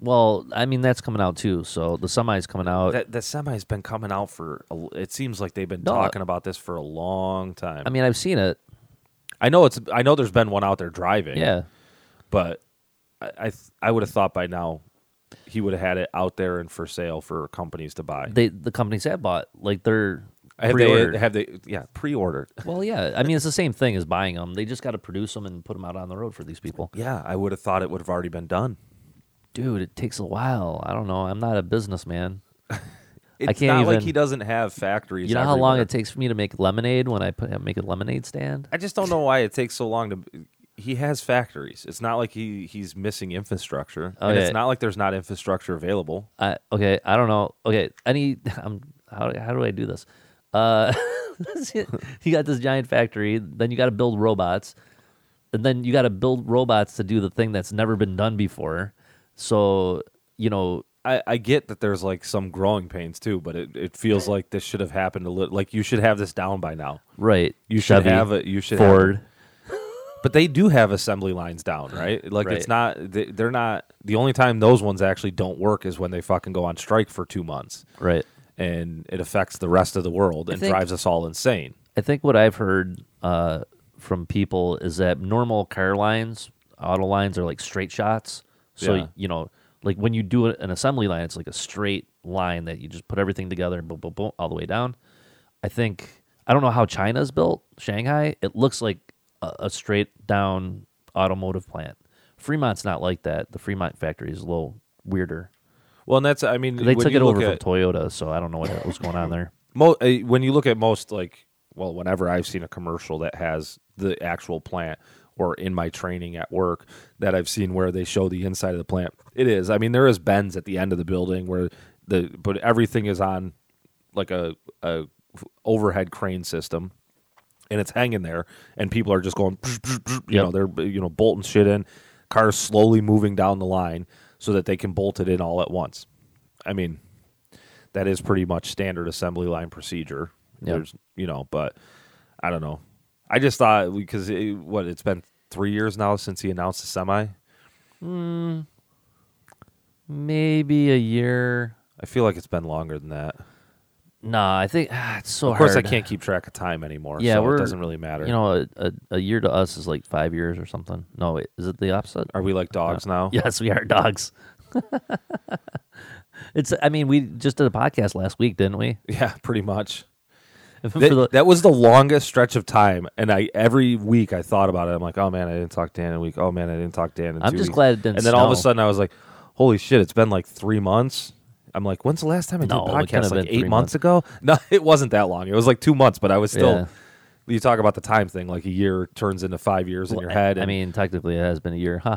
Well, I mean that's coming out too. So the semi's coming out.
That that semi's been coming out for a l- it seems like they've been
No, I-
talking about this for a long time.
I mean, I've seen it.
I know it's. I know there's been one out there driving.
Yeah.
but I I, th- I would have thought by now he would have had it out there and for sale for companies to buy.
They the companies have bought like they're
have
pre-ordered.
they have they yeah pre-ordered.
well, yeah. I mean, it's the same thing as buying them. They just got to produce them and put them out on the road for these people.
Yeah, I would have thought it would have already been done.
Dude, it takes a while. I don't know. I'm not a businessman.
It's
can't
not like
even-
he doesn't have factories.
You know how long
everywhere.
it takes for me to make lemonade when I put make a lemonade stand?
I just don't know why it takes so long to. He has factories. It's not like he he's missing infrastructure, and
Okay.
it's not like there's not infrastructure available.
I, okay, I don't know. Okay, any I'm how how do I do this? Uh, you got this giant factory, then you got to build robots, and then you got to build robots to do the thing that's never been done before. So you know,
I, I get that there's like some growing pains too, but it, it feels like this should have happened a little. Like you should have this down by now.
right?
You should
Chevy,
have a you should have-
Ford.
but they do have assembly lines down, right? Like
Right.
it's not they- they're not the only time those ones actually don't work is when they fucking go on strike for two months,
Right.
and it affects the rest of the world and
think-
drives us all insane.
I think what I've heard uh, from people is that normal car lines, auto lines are like straight shots. So,
Yeah.
you know, like when you do an assembly line, it's like a straight line that you just put everything together and boom, boom, boom, all the way down. I think, I don't know how China's built, Shanghai, it looks like a, a straight down automotive plant. Fremont's not like that. The Fremont factory is a little weirder.
Well, and that's I mean
They
when
took
you
it over
look
from
at
Toyota, so I don't know what was going on there.
mo- uh, when you look at most like well, whenever I've seen a commercial that has the actual plant or in my training at work that I've seen where they show the inside of the plant, it is. I mean, there is bends at the end of the building where the but everything is on like a a overhead crane system and it's hanging there, and people are just going, you know,
Yep.
they're you know bolting shit in, cars slowly moving down the line so that they can bolt it in all at once. I mean, that is pretty much standard assembly line procedure.
Yeah.
There's, you know, but I don't know. I just thought because it, what it's been three years now since he announced the semi.
Maybe a year.
I feel like it's been longer than that.
Nah, I think ah, it's so
Of course,
hard.
I can't keep track of time anymore.
Yeah,
so
we're,
it doesn't really matter.
You know, a, a, a year to us is like five years or something. No, wait, is it the opposite?
are we like dogs now?
Yes, we are dogs. it's. I mean, we just did a podcast last week, didn't we?
Yeah, pretty much.
For
That,
the-
that was the longest stretch of time, and I every week I thought about it. I'm like, oh man, I didn't talk to Dan in a week. Oh man, I didn't talk to Dan. In
I'm
two
just
weeks."
glad it didn't
And then all of a
snow.
sudden, I was like, holy shit, it's been like three months. I'm like, when's the last time I did
No,
a
it couldn't
podcast?
have
Like
been
eight
three
months ago? No, it wasn't that long. It was like two months, but I was still.
Yeah.
You talk about the time thing, like a year turns into five years in your head.
I,
and-
mean, technically, it has been a year. Ha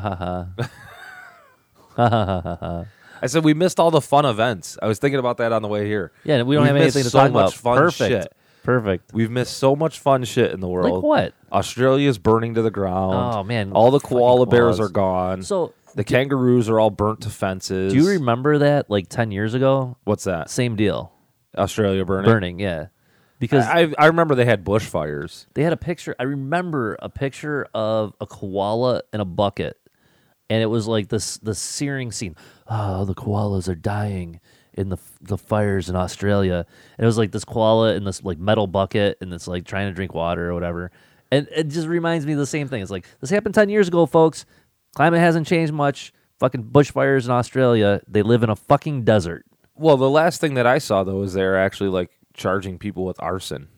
ha ha.
I said we missed all the fun events. I was thinking about that on the way here.
Yeah, and we don't have
missed
anything to
so
talk
much
about.
Fun
Perfect.
shit.
Perfect.
We've missed so much fun shit in the world.
what?
Australia's burning to the ground.
Oh, man,
all the
fucking
koala bears
koalas.
are gone.
So,
the kangaroos are all burnt to fences.
Do you remember that? Like ten years ago,
what's that?
same deal.
Australia burning.
Burning, yeah. Because
I, I remember they had bushfires.
they had a picture. I remember a picture of a koala in a bucket, and it was like this the searing scene. Oh, the koalas are dying in the the fires in Australia, and it was like this koala in this like metal bucket, and it's like trying to drink water or whatever. And it just reminds me of the same thing. It's like this happened ten years ago, folks. Climate hasn't changed much. Fucking bushfires in Australia. They live in a fucking desert.
Well, the last thing that I saw though is they're actually like charging people with arson.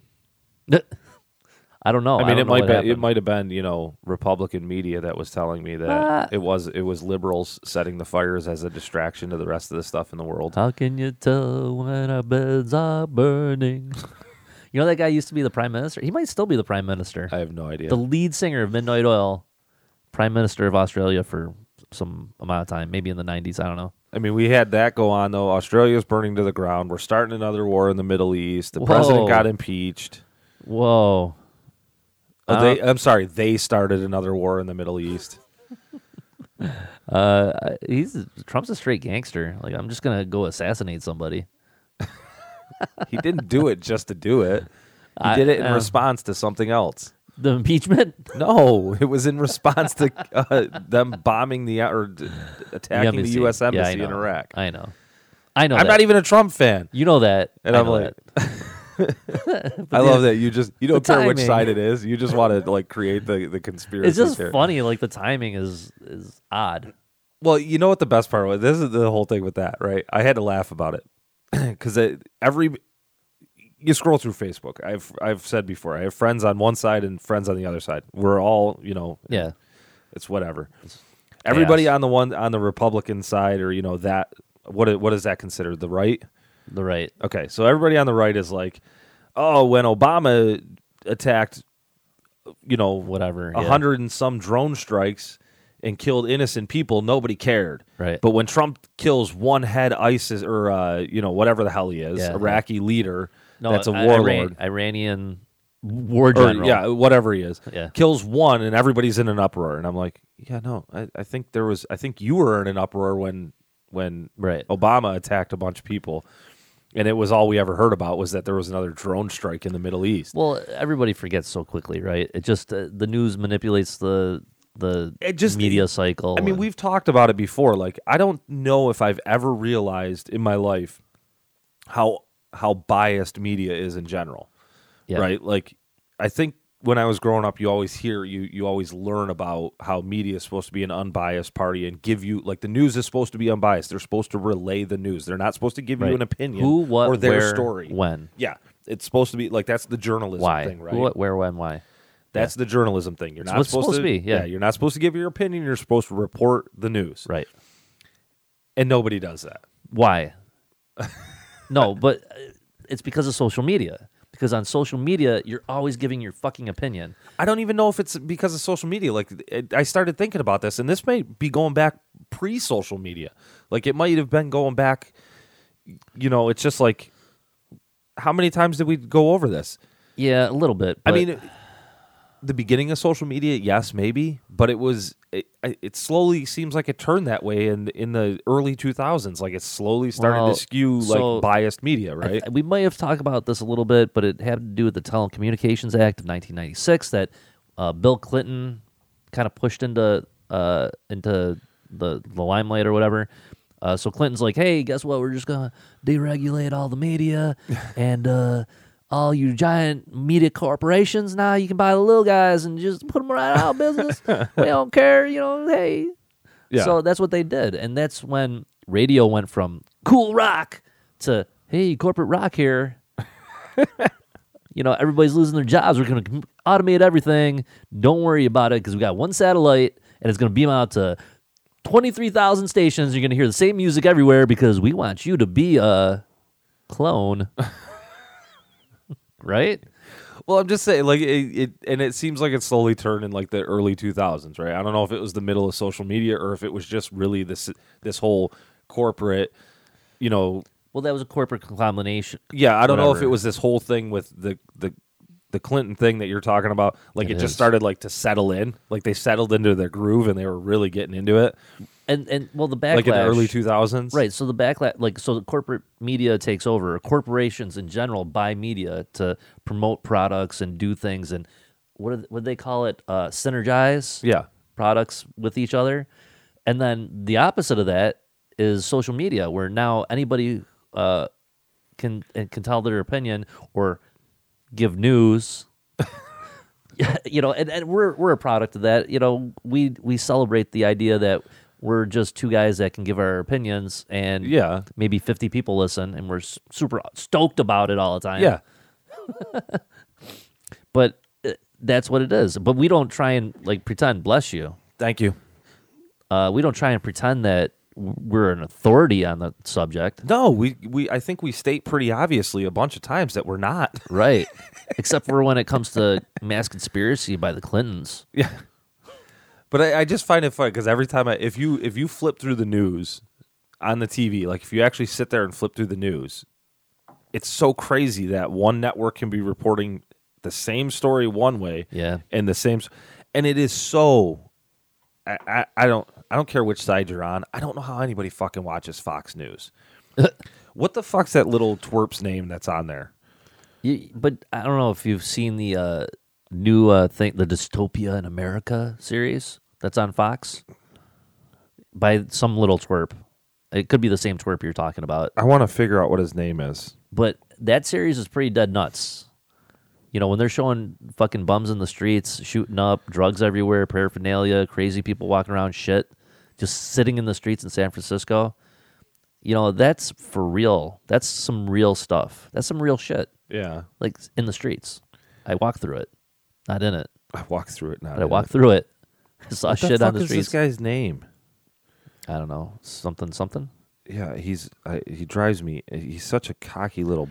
I don't know.
I mean,
don't
it
know
might
what
be, it
happened.
might have been you know Republican media that was telling me that
Ah.
it was it was liberals setting the fires as a distraction to the rest of the stuff in the world.
How can you tell when our beds are burning? you know that guy used to be the prime minister. He might still be the prime minister.
I have no idea.
the lead singer of Midnight Oil, prime minister of Australia for some amount of time, maybe in the 90s, I don't know.
I mean, we had that go on though. Australia's burning to the ground. We're starting another war in the Middle East. The president
Whoa.
got impeached.
Whoa.
Oh, they, I'm sorry, they started another war in the Middle East.
Uh, He's Trump's a straight gangster. Like I'm just going to go assassinate somebody.
He didn't do it just to do it. He did it in
uh,
response to something else.
The impeachment?
No, it was in response to uh, them bombing the or d- attacking the,
embassy.
U.S.
Yeah, I
embassy in
know.
Iraq.
I know. I know.
I'm
that.
not even a Trump fan.
You know that.
And
I
I'm
know
like,
that.
I love that you just you don't
The
care which
timing.
side it is. You just want to like create the the conspiracy.
it's just
theory.
funny. Like the timing is is odd.
Well, you know what the best part was? This is the whole thing with that, right? I had to laugh about it because every you scroll through Facebook. I've I've said before, I have friends on one side and friends on the other side. We're all you know,
Yeah.
it's whatever. Everybody
chaos.
on the one on the Republican side, or you know that what i- what is that considered? The right?
The right.
Okay, so everybody on the right is like, oh, when Obama attacked, you know,
Whatever,
a
yeah.
hundred and some drone strikes and killed innocent people, nobody cared.
Right.
But when Trump kills one head ISIS or uh, you know whatever the hell he is,
Yeah, yeah.
Iraqi leader,
No,
that's a
I-
warlord.
Iran- Iranian war
or,
general.
yeah, whatever he is,
Yeah.
kills one and everybody's in an uproar. And I'm like, yeah, no, I, I think there was, I think you were in an uproar when when
Right.
Obama attacked a bunch of people, and it was all we ever heard about was that there was another drone strike in the Middle East.
Well, everybody forgets so quickly, right? It just uh, the news manipulates the the
It just-
media cycle.
I mean,
and-
we've talked about it before. Like, I don't know if I've ever realized in my life how how biased media is in general.
yeah.
right? Like, I think when I was growing up, you always hear you you always learn about how media is supposed to be an unbiased party and give you like the news is supposed to be unbiased. They're supposed to relay the news. They're not supposed to give
Right.
you an opinion
Who, what,
or their
where,
story
when.
Yeah, it's supposed to be like that's the journalism
Why?
thing, right?
Who, What? Where? When? Why?
That's the journalism thing. You're
It's
not
what's
supposed,
supposed to be, yeah.
you're not supposed to give your opinion. You're supposed to report the news,
Right.
And nobody does that.
Why? no, but uh, it's because of social media. Because on social media, you're always giving your fucking opinion.
I don't even know if it's because of social media. Like it, I started thinking about this, and this may be going back pre-social media. Like it might have been going back. You know, it's just like how many times did we go over this?
Yeah, a little bit.
I
but
mean, the beginning of social media, yes, maybe, but it was it, I- it slowly seems like it turned that way in in the early 2000s. Like it slowly started
Well,
to skew
so-
like biased media, right?
I- we may have talked about this a little bit, but it had to do with the Telecommunications Act of 1996 that uh, Bill Clinton kind of pushed into uh, into the, the limelight or whatever. Uh, so Clinton's like, "Hey, guess what? We're just gonna deregulate all the media, and uh, all you giant media corporations now you can buy the little guys and just put them right out of business. we don't care, you know. Hey,
Yeah.
so that's what they did. And that's when radio went from cool rock to, hey, corporate rock here. you know, everybody's losing their jobs. We're going to automate everything. Don't worry about it because we got one satellite and it's going to beam out to 23,000 stations. You're going to hear the same music everywhere because we want you to be a clone. right?
Well, I'm just saying, like it, it, and it seems like it slowly turned in like the early 2000s, right? I don't know if it was the middle of social media or if it was just really this this whole corporate, you know,
Well, that was a corporate conglomeration.
yeah. I don't know if it
Whatever.
was this whole thing with the the the Clinton thing that you're talking about. Like it,
It
just
is.
started like to settle in, like they settled into their groove and they were really getting into it,
And, and well, the backlash.
like in the early 2000s,
Right. So the backlash, like, so the corporate media takes over. Corporations in general buy media to promote products and do things and what are, what do they call it? Uh, synergize
Yeah,
products with each other. And then the opposite of that is social media, where now anybody uh, can and can tell their opinion or give news. Yeah, you know, and, and we're we're a product of that. You know, we we celebrate the idea that we're just two guys that can give our opinions, and
Yeah.
maybe fifty people listen, and we're s- super stoked about it all the time
yeah.
but uh, that's what it is. But we don't try and like pretend. Bless you.
Thank you.
Uh, we don't try and pretend that w- we're an authority on the subject,
No, we we I think we state pretty obviously a bunch of times that we're not.
right? Except for when it comes to mass conspiracy by the Clintons.
Yeah. But I, I just find it funny because every time I, if you if you flip through the news on the TV, like if you actually sit there and flip through the news, it's so crazy that one network can be reporting the same story one way,
Yeah.
and the same, s- and it is so. I, I, I don't I don't care which side you're on. I don't know how anybody fucking watches Fox News. what the fuck's that little twerp's name that's on there?
You, but I don't know if you've seen the uh, new uh, thing, the Dystopia in America series that's on Fox by some little twerp. It could be the same twerp you're talking about.
I want to figure out what his name is.
but that series is pretty dead nuts. You know, when they're showing fucking bums in the streets, shooting up, drugs everywhere, paraphernalia, crazy people walking around, shit, just sitting in the streets in San Francisco. You know, that's for real. That's some real stuff. That's some real shit.
Yeah,
Like in the streets. I walked through it, not in it,
I walked through it now.
but I walked through it. I saw
What
shit
the
on
fuck
the
is
streets.
this guy's name?
I don't know. Something, something.
Yeah, he's I, he drives me. He's such a cocky little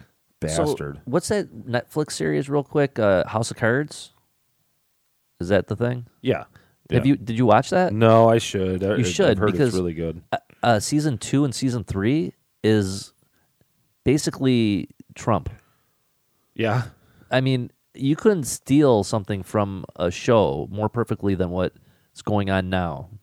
So,
bastard.
what's that Netflix series, real quick? Uh, House of Cards? Is that the thing?
yeah.
Have you did you watch that?
No, I should. I,
You should,
I've heard
because-
it's really good.
Uh, uh, season two and season three is basically Trump.
Yeah.
I mean, you couldn't steal something from a show more perfectly than what's going on now.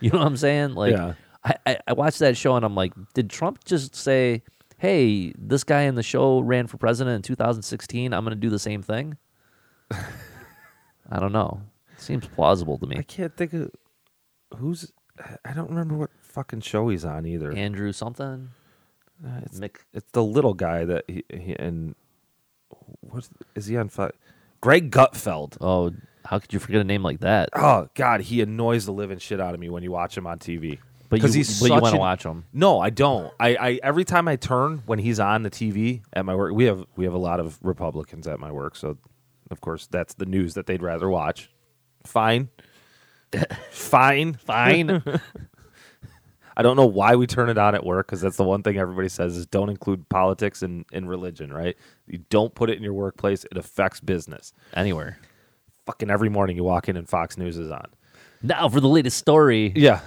you know what I'm saying? Like,
Yeah.
I, I, I watched that show and I'm like, did Trump just say, "Hey, this guy in the show ran for president in 2016. I'm going to do the same thing"? I don't know. Seems plausible to me.
I can't think of who's. I don't remember what fucking show he's on either.
Andrew something.
Uh, it's,
Mick-
it's the little guy that he, he and what is he on? Fo- Greg Gutfeld.
Oh, how could you forget a name like that?
Oh God, he annoys the living shit out of me when you watch him on TV.
But
'Cause
you-
he's
but you
such
wanna
an-
watch him.
No, I don't. I, I every time I turn when he's on the TV at my work, we have we have a lot of Republicans at my work, so of course that's the news that they'd rather watch. Fine, fine,
Fine.
I don't know why we turn it on at work because that's the one thing everybody says is don't include politics and in, religion, right? You don't put it in your workplace; it affects business.
Anywhere.
Fucking every morning you walk in and Fox News is on.
Now for the latest story.
Yeah.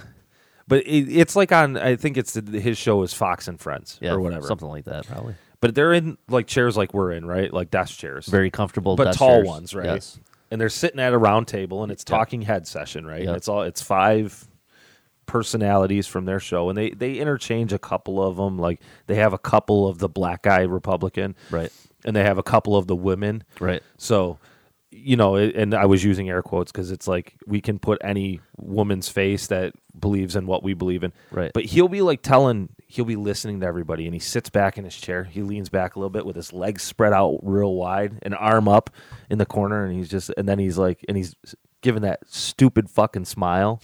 But it, it's like on, I think it's his show is Fox and Friends
Yeah,
or whatever.
Something like that, probably.
But they're in like chairs like we're in, right? Like desk chairs.
Very comfortable,
but
desk
tall
chairs.
ones, right?
Yes.
And they're sitting at a round table and it's talking head session, right?
Yep.
It's all it's five personalities from their show and they they interchange a couple of them like they have a couple of the black guy republican
Right.
and they have a couple of the women
Right.
so you know it, and i was using air quotes because it's like we can put any woman's face that believes in what we believe in
Right.
but he'll be like telling he'll be listening to everybody and he sits back in his chair he leans back a little bit with his legs spread out real wide an arm up in the corner and he's just and then he's like and he's giving that stupid fucking smile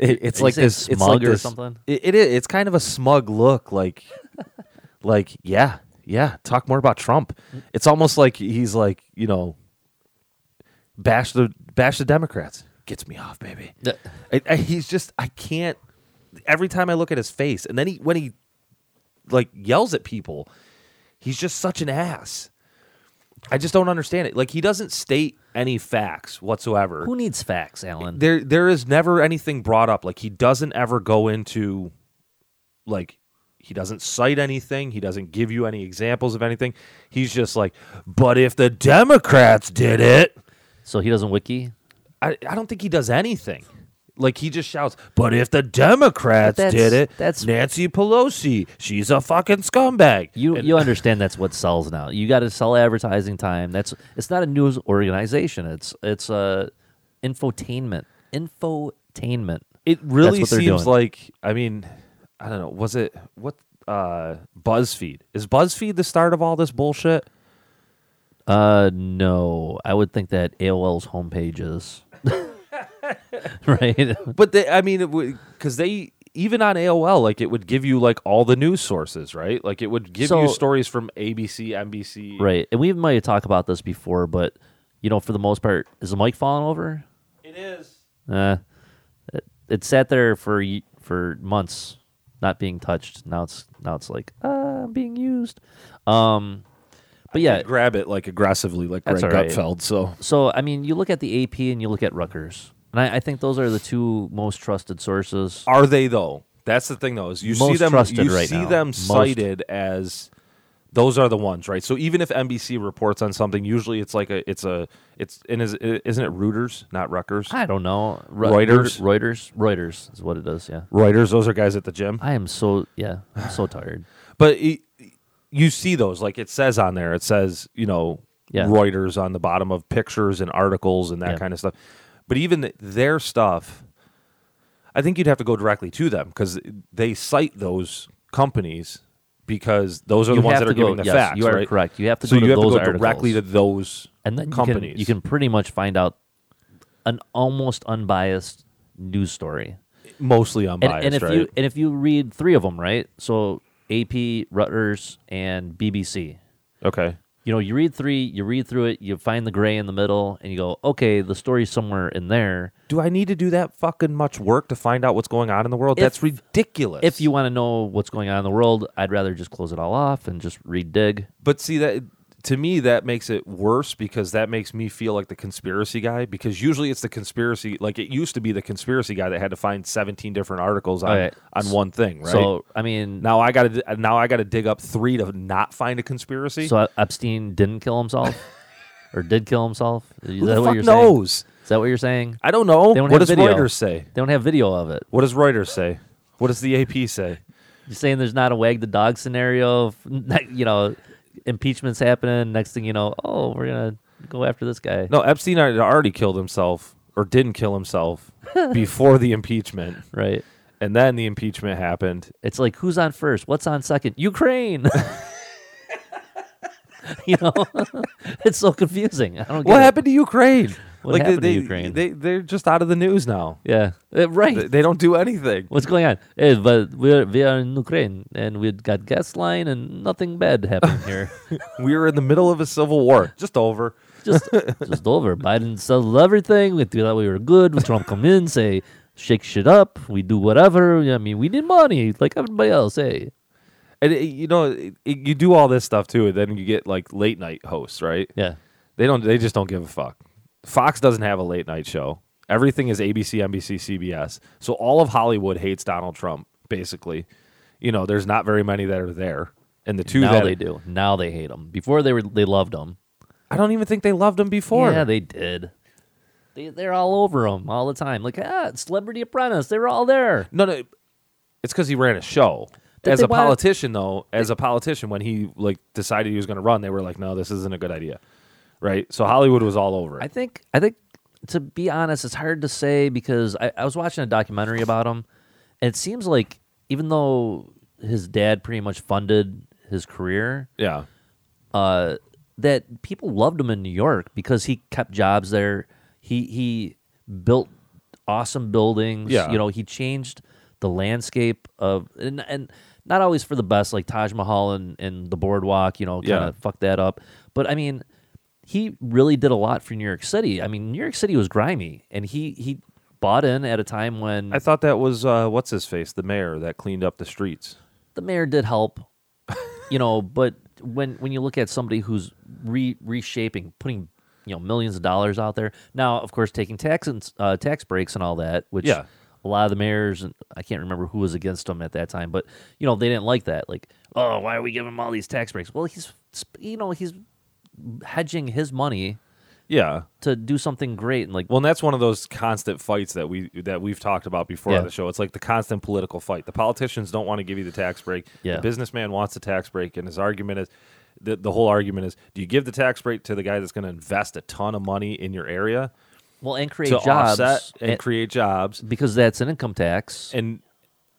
it, it's
you
like
saying
this it's
smug
like
or
this-
something?
It, it is. It's kind of a smug look, like, like yeah, yeah. Talk more about Trump. It's almost like he's like you know, bash the bash the Democrats. Gets me off, baby.
Yeah.
I, I, he's just I can't. Every time I look at his face, and then he when he like yells at people, he's just such an ass. I just don't understand it. Like he doesn't state any facts whatsoever
Who needs facts, Alan?
there there is never anything brought up like he doesn't ever go into like he doesn't cite anything he doesn't give you any examples of anything he's just like but if the democrats did it
so he doesn't wiki.
i, I don't think he does anything like he just shouts but if the democrats
But that's-
did it
that's-
nancy pelosi she's a fucking scumbag
You
And-
you understand that's what sells now. You got to sell advertising time. That's it's not a news organization. It's it's uh, infotainment. Infotainment.
it really
what they're
seems
doing.
like i mean i don't know was it what uh buzzfeed is buzzfeed the start of all this bullshit
Uh, no, I would think that AOL's homepage is right.
But they, I mean, because they even on AOL, like it would give you like all the news sources, right? Like it would give
So-
you stories from ABC, NBC,
Right. And we might have talked about this before, but you know, for the most part, is the mic falling over?
It is.
Uh, it, it sat there for y- for months, not being touched. Now it's now it's like ah, I'm being used. Um, but yeah.
grab it like aggressively, like
That's
Greg
all right.
Gutfeld. So
So I mean, you look at the AP and you look at Rutgers, and I, I think those are the two most trusted sources.
are they though? That's the thing though is you see
Most
them,
trusted
you
right
see
now.
them
Most.
cited as those are the ones, right? So even if NBC reports on something, usually it's like a, it's a, it's and is isn't it Reuters, not Rutgers?
I don't know.
Reuters?
Reuters. Reuters is what it is. Yeah.
Reuters, those are guys at the gym.
I am so yeah. I'm so tired.
But y you see those, like it says on there, it says, you know,
Yeah.
Reuters on the bottom of pictures and articles and that
Yeah.
kind of stuff. But even th- their stuff, I think you'd have to go directly to them because they cite those companies because those are the
You
ones
have
that
to
are
go-
giving the
yes,
facts.
you are
right?
correct. You have to
so
go to
you have
those
to go directly to
articles.
those
and then
companies.
you can you can pretty much find out an almost unbiased news story.
mostly
And,
unbiased,
and if
right?
you and if you read three of them, right? So AP, Reuters, and BBC.
okay,
You know, you read three, you read through it, you find the gray in the middle, and you go, okay, the story's somewhere in there.
do I need to do that fucking much work to find out what's going on in the world? That's ridiculous.
If you want to know what's going on in the world, I'd rather just close it all off and just read Dig.
But see that to me that makes it worse because that makes me feel like the conspiracy guy because usually it's the conspiracy like it used to be the conspiracy guy that had to find 17 different articles on,
Alright.
on one thing, right?
So I mean,
now I got to now I got to dig up 3 to not find a conspiracy.
so E- Epstein didn't kill himself, or did kill himself? Is
Who
that
the
what
fuck
you're saying?
knows?
Is that what you're saying?
I don't know.
They don't
What
have
does
video.
Reuters say?
They don't have video of it.
What does Reuters say? What does the AP say?
You're saying there's not a wag the dog scenario. Of, you know, impeachment's happening. Next thing you know, oh, we're gonna go after this guy.
No, Epstein had already killed himself or didn't kill himself before the impeachment.
Right.
And then the impeachment happened
It's like who's on first? What's on second? Ukraine. you know, it's so confusing. I don't. Get
What
it.
happened to Ukraine?
What
like they-
happened to
they,
Ukraine?
They they're just out of the news now.
Yeah. Eh, right.
They, they don't do anything.
What's going on? Eh, but we're we are in Ukraine and we've got gas line and nothing bad happened here.
We were in the middle of a civil war, just over.
just just over. Biden settled everything. We thought we were good. Trump come in, say shake shit up. We do whatever. I mean, we need money like everybody else. Hey,
And it, you know, it, it- you do all this stuff too, and then you get like late night hosts, right?
yeah,
They don't. They just don't give a fuck. Fox doesn't have a late night show. Everything is ABC, NBC, CBS. So all of Hollywood hates Donald Trump, basically. You know, there's not very many that are there. And the two
now
that
they do. Now they hate him. Before they were they loved him.
I don't even think they loved him before.
Yeah, they did. They, they're all over him all the time. Like ah, Celebrity Apprentice. They were all there.
no, no. It's because he ran a show.
Did
as
they
a
wanna-
politician, though, as a politician, when he like decided he was going to run, they were like, "No, this isn't a good idea." Right. So Hollywood was all over it.
I think I think to be honest, it's hard to say because I, I was watching a documentary about him, and it seems like even though his dad pretty much funded his career,
yeah.
uh, that people loved him in New York because he kept jobs there. He he built awesome buildings.
Yeah.
you know he changed the landscape of and and not always for the best, like Taj Mahal and, and the boardwalk. You know, kind
Yeah.
of fucked that up. But I mean, he really did a lot for New York City. I mean, New York City was grimy, and he he bought in at a time when
I thought that was uh, what's his face, the mayor that cleaned up the streets.
the mayor did help, you know, but when when you look at somebody who's re- reshaping, putting you know millions of dollars out there now, of course, taking tax and uh, tax breaks and all that, which
Yeah.
a lot of the mayors and I can't remember who was against them at that time, but you know they didn't like that. Like, oh, why are we giving him all these tax breaks? Well, he's sp- you know he's hedging his money
Yeah.
to do something great and like
Well, and that's one of those constant fights that we that we've talked about before
Yeah.
on the show. It's like the constant political fight. The politicians don't want to give you the tax break.
Yeah.
The businessman wants the tax break, and his argument is the the whole argument is: Do you give the tax break to the guy that's going to invest a ton of money in your area
well and create
to
jobs
offset and
and-
create jobs,
because that's an income tax,
and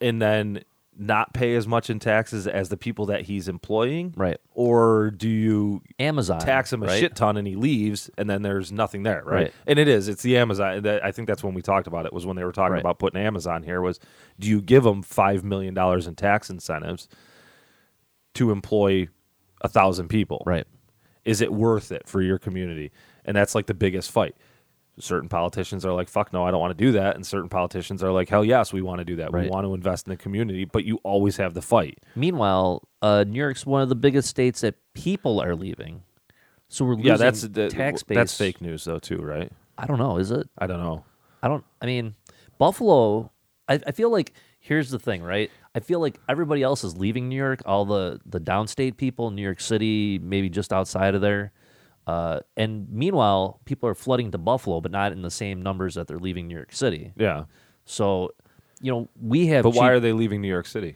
and then not pay as much in taxes as the people that he's employing,
Right.
Or do you
Amazon
tax him a
right?
shit ton and he leaves and then there's nothing there right,
Right.
and it is it's the amazon that, i think that's when we talked about it was when they were talking
Right.
about putting amazon here was do you give them five million dollars in tax incentives to employ a thousand people
right?
is it worth it for your community and that's like the biggest fight certain politicians are like fuck no i don't want to do that and certain politicians are like hell yes we want to do that we
Right.
want to invest in the community but you always have the fight
Meanwhile, uh, New York's one of the biggest states that people are leaving. So we're losing
yeah that's that-
tax base.
that's fake news though too right
I don't know. Is it?
i don't know
I don't. I mean, Buffalo. I, I feel like here's the thing, right? I feel like everybody else is leaving New York. All the the downstate people, New York City, maybe just outside of there. Uh, and meanwhile, people are flooding to Buffalo, but not in the same numbers that they're leaving New York City.
yeah
So, you know, we have.
But why
cheap-
are they leaving New York City?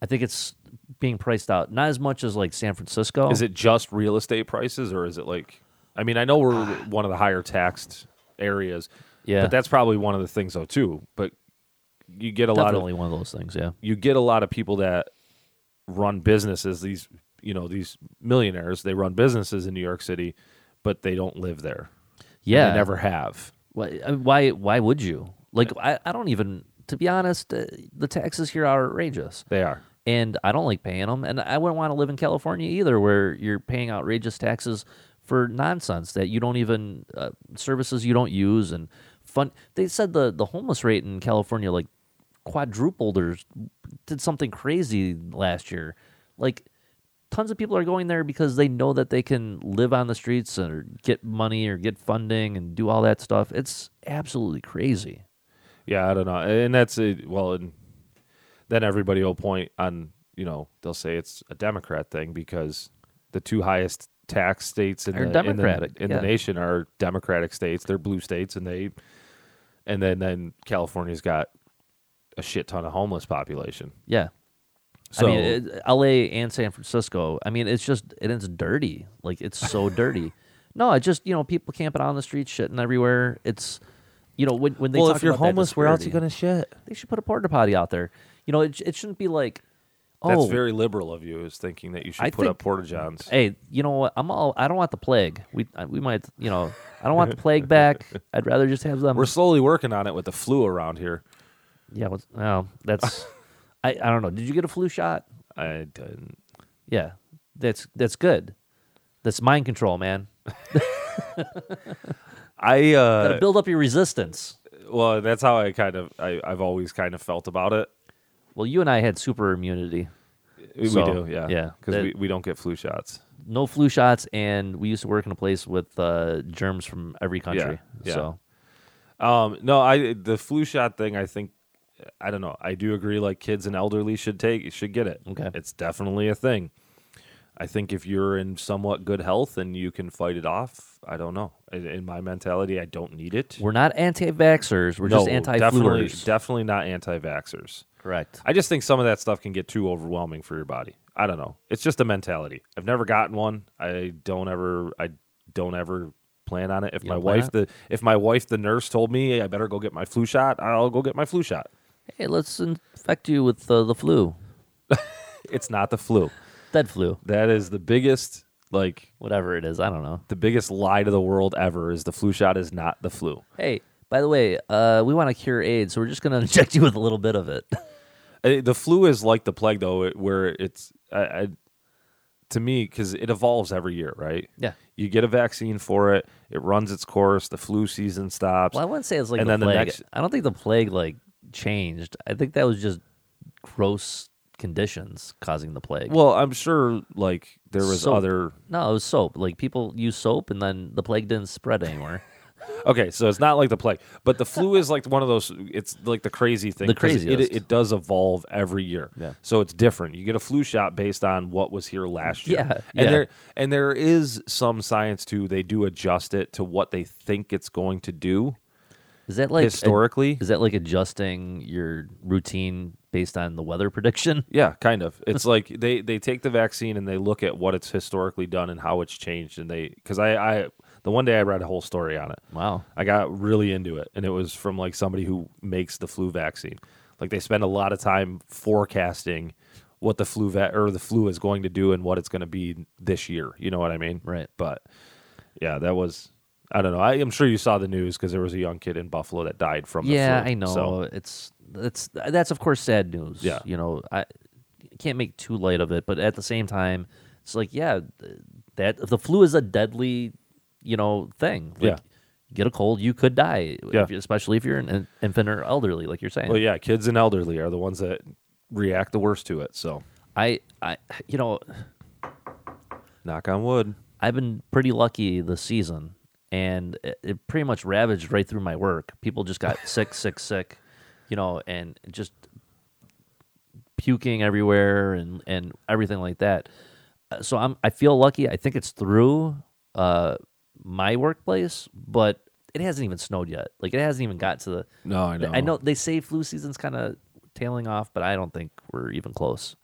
I think it's being priced out. Not as much as like San Francisco.
Is it just real estate prices, or is it like? I mean, I know we're one of the higher taxed areas.
Ah. Yeah.
But that's probably one of the things, though, too. But you get a lot
definitely
of
one of those things. Yeah.
you get a lot of people that run businesses. These you know these millionaires they run businesses in New York City, but they don't live there. And
Yeah.
they never have.
Why? I mean, Why? Why would you? Like, I, I don't even. To be honest, uh, the taxes here are outrageous,
They are.
and I don't like paying them. And I wouldn't want to live in California either, where you're paying outrageous taxes for nonsense that you don't even uh, services you don't use and fun. They said the the homeless rate in California like quadrupled or did something crazy last year. Like tons of people are going there because they know that they can live on the streets or get money or get funding and do all that stuff. It's absolutely crazy.
Yeah, I don't know. And that's a, well, and then everybody will point on, you know, they'll say it's a Democrat thing because the two highest tax states in,
Are
the, in the-
Democratic,
in the,
yeah.
nation are Democratic states. They're blue states, and they, and then then California's got a shit ton of homeless population.
Yeah.
So
I mean, it, LA and San Francisco. I mean, it's just and it's dirty. Like it's so dirty. No, it just you know people camping out on the streets, shitting everywhere. It's you know when when they
well,
talk
if you're
about that
homeless, where else you
disparity,
gonna shit?
They should put a porta potty out there. You know, it, it shouldn't be like oh
That's very liberal of you, is thinking that you should
I
put up
think-
porta johns.
hey, you know what? I'm all. I don't want the plague. We I- we might, you know, I don't want the plague back. I'd rather just have them.
We're slowly working on it with the flu around here.
yeah, what's, no, that's. I I don't know. Did you get a flu shot?
I didn't.
Yeah, that's that's good. That's mind control, man.
I uh,
Gotta build up your resistance.
Well, that's how I kind of I, I've always kind of felt about it.
Well, you and I had super immunity.
We
So,
do, yeah,
yeah,
because
that-
we, we don't get flu shots.
No flu shots, and we used to work in a place with uh, germs from every country.
yeah.
So
Um, no, I the flu shot thing. I think I don't know. I do agree. Like kids and elderly should take should get it.
Okay.
it's definitely a thing. I think if you're in somewhat good health and you can fight it off, I don't know. In, in my mentality, I don't need it.
We're not anti-vaxxers. We're just
No, definitely,
anti-fluers.
definitely not anti-vaxxers.
Correct.
I just think some of that stuff can get too overwhelming for your body. I don't know. It's just a mentality. I've never gotten one. I don't ever. I don't ever plan on it. If my
don't plan
wife,
it?
the if my wife, the nurse, told me I better go get my flu shot, I'll go get my flu shot.
Hey, let's infect you with uh, the flu,
It's not the flu.
dead flu,
That is the biggest like
whatever it is. I don't know.
the biggest lie to the world ever is the flu shot is not the flu.
Hey, by the way, uh, we want to cure AIDS, so we're just gonna inject you with a little bit of it.
Uh, The flu is like the plague though, it- where it's I, I, to me because it evolves every year, right?
Yeah.
you get a vaccine for it, it runs its course, the flu season stops.
Well, I wouldn't say it's like
And
the
then the
plague.
next-
I don't think the plague like changed. I think that was just gross conditions causing the plague.
Well, I'm sure like there was
Soap.
other.
no, it was soap. Like people use soap, and then the plague didn't spread anywhere.
Okay, so it's not like the plague, but the flu is like one of those. It's like the crazy thing.
The
'cause It,
craziest.
it does evolve every year.
Yeah.
So it's different. You get a flu shot based on what was here last year.
Yeah,
And
yeah.
there and there is some science too. They do adjust it to what they think it's going to do
Is that like a-
historically.
Is that like adjusting your routine based on the weather prediction?
Yeah, kind of. It's like they they take the vaccine and they look at what it's historically done and how it's changed. And they because I I the one day I read a whole story on it.
Wow.
I got really into it, and it was from like somebody who makes the flu vaccine. Like they spend a lot of time forecasting what the flu va- or the flu is going to do and what it's going to be this year. You know what I mean?
Right.
But yeah, that was. I don't know. I am sure you saw the news because there was a young kid in Buffalo that died from. the
Yeah,
flu.
I know.
So,
It's it's that's of course sad news.
Yeah.
you know, I you can't make too light of it, but at the same time, it's like yeah, th- that the flu is a deadly, you know, thing. Like,
Yeah.
get a cold, you could die. if
Yeah.
you- especially if you're an in- infant or elderly, like you're saying.
well, yeah, kids and elderly are the ones that react the worst to it. So,
I I you know
knock on wood.
I've been pretty lucky this season, and it, it pretty much ravaged right through my work. People just got sick, sick, sick, you know, and just puking everywhere and and everything like that. Uh, So I'm I feel lucky. I think it's through uh, my workplace, but it hasn't even snowed yet. Like it hasn't even got to the.
No, I know.
I know they say flu season's kind of tailing off, but I don't think we're even close.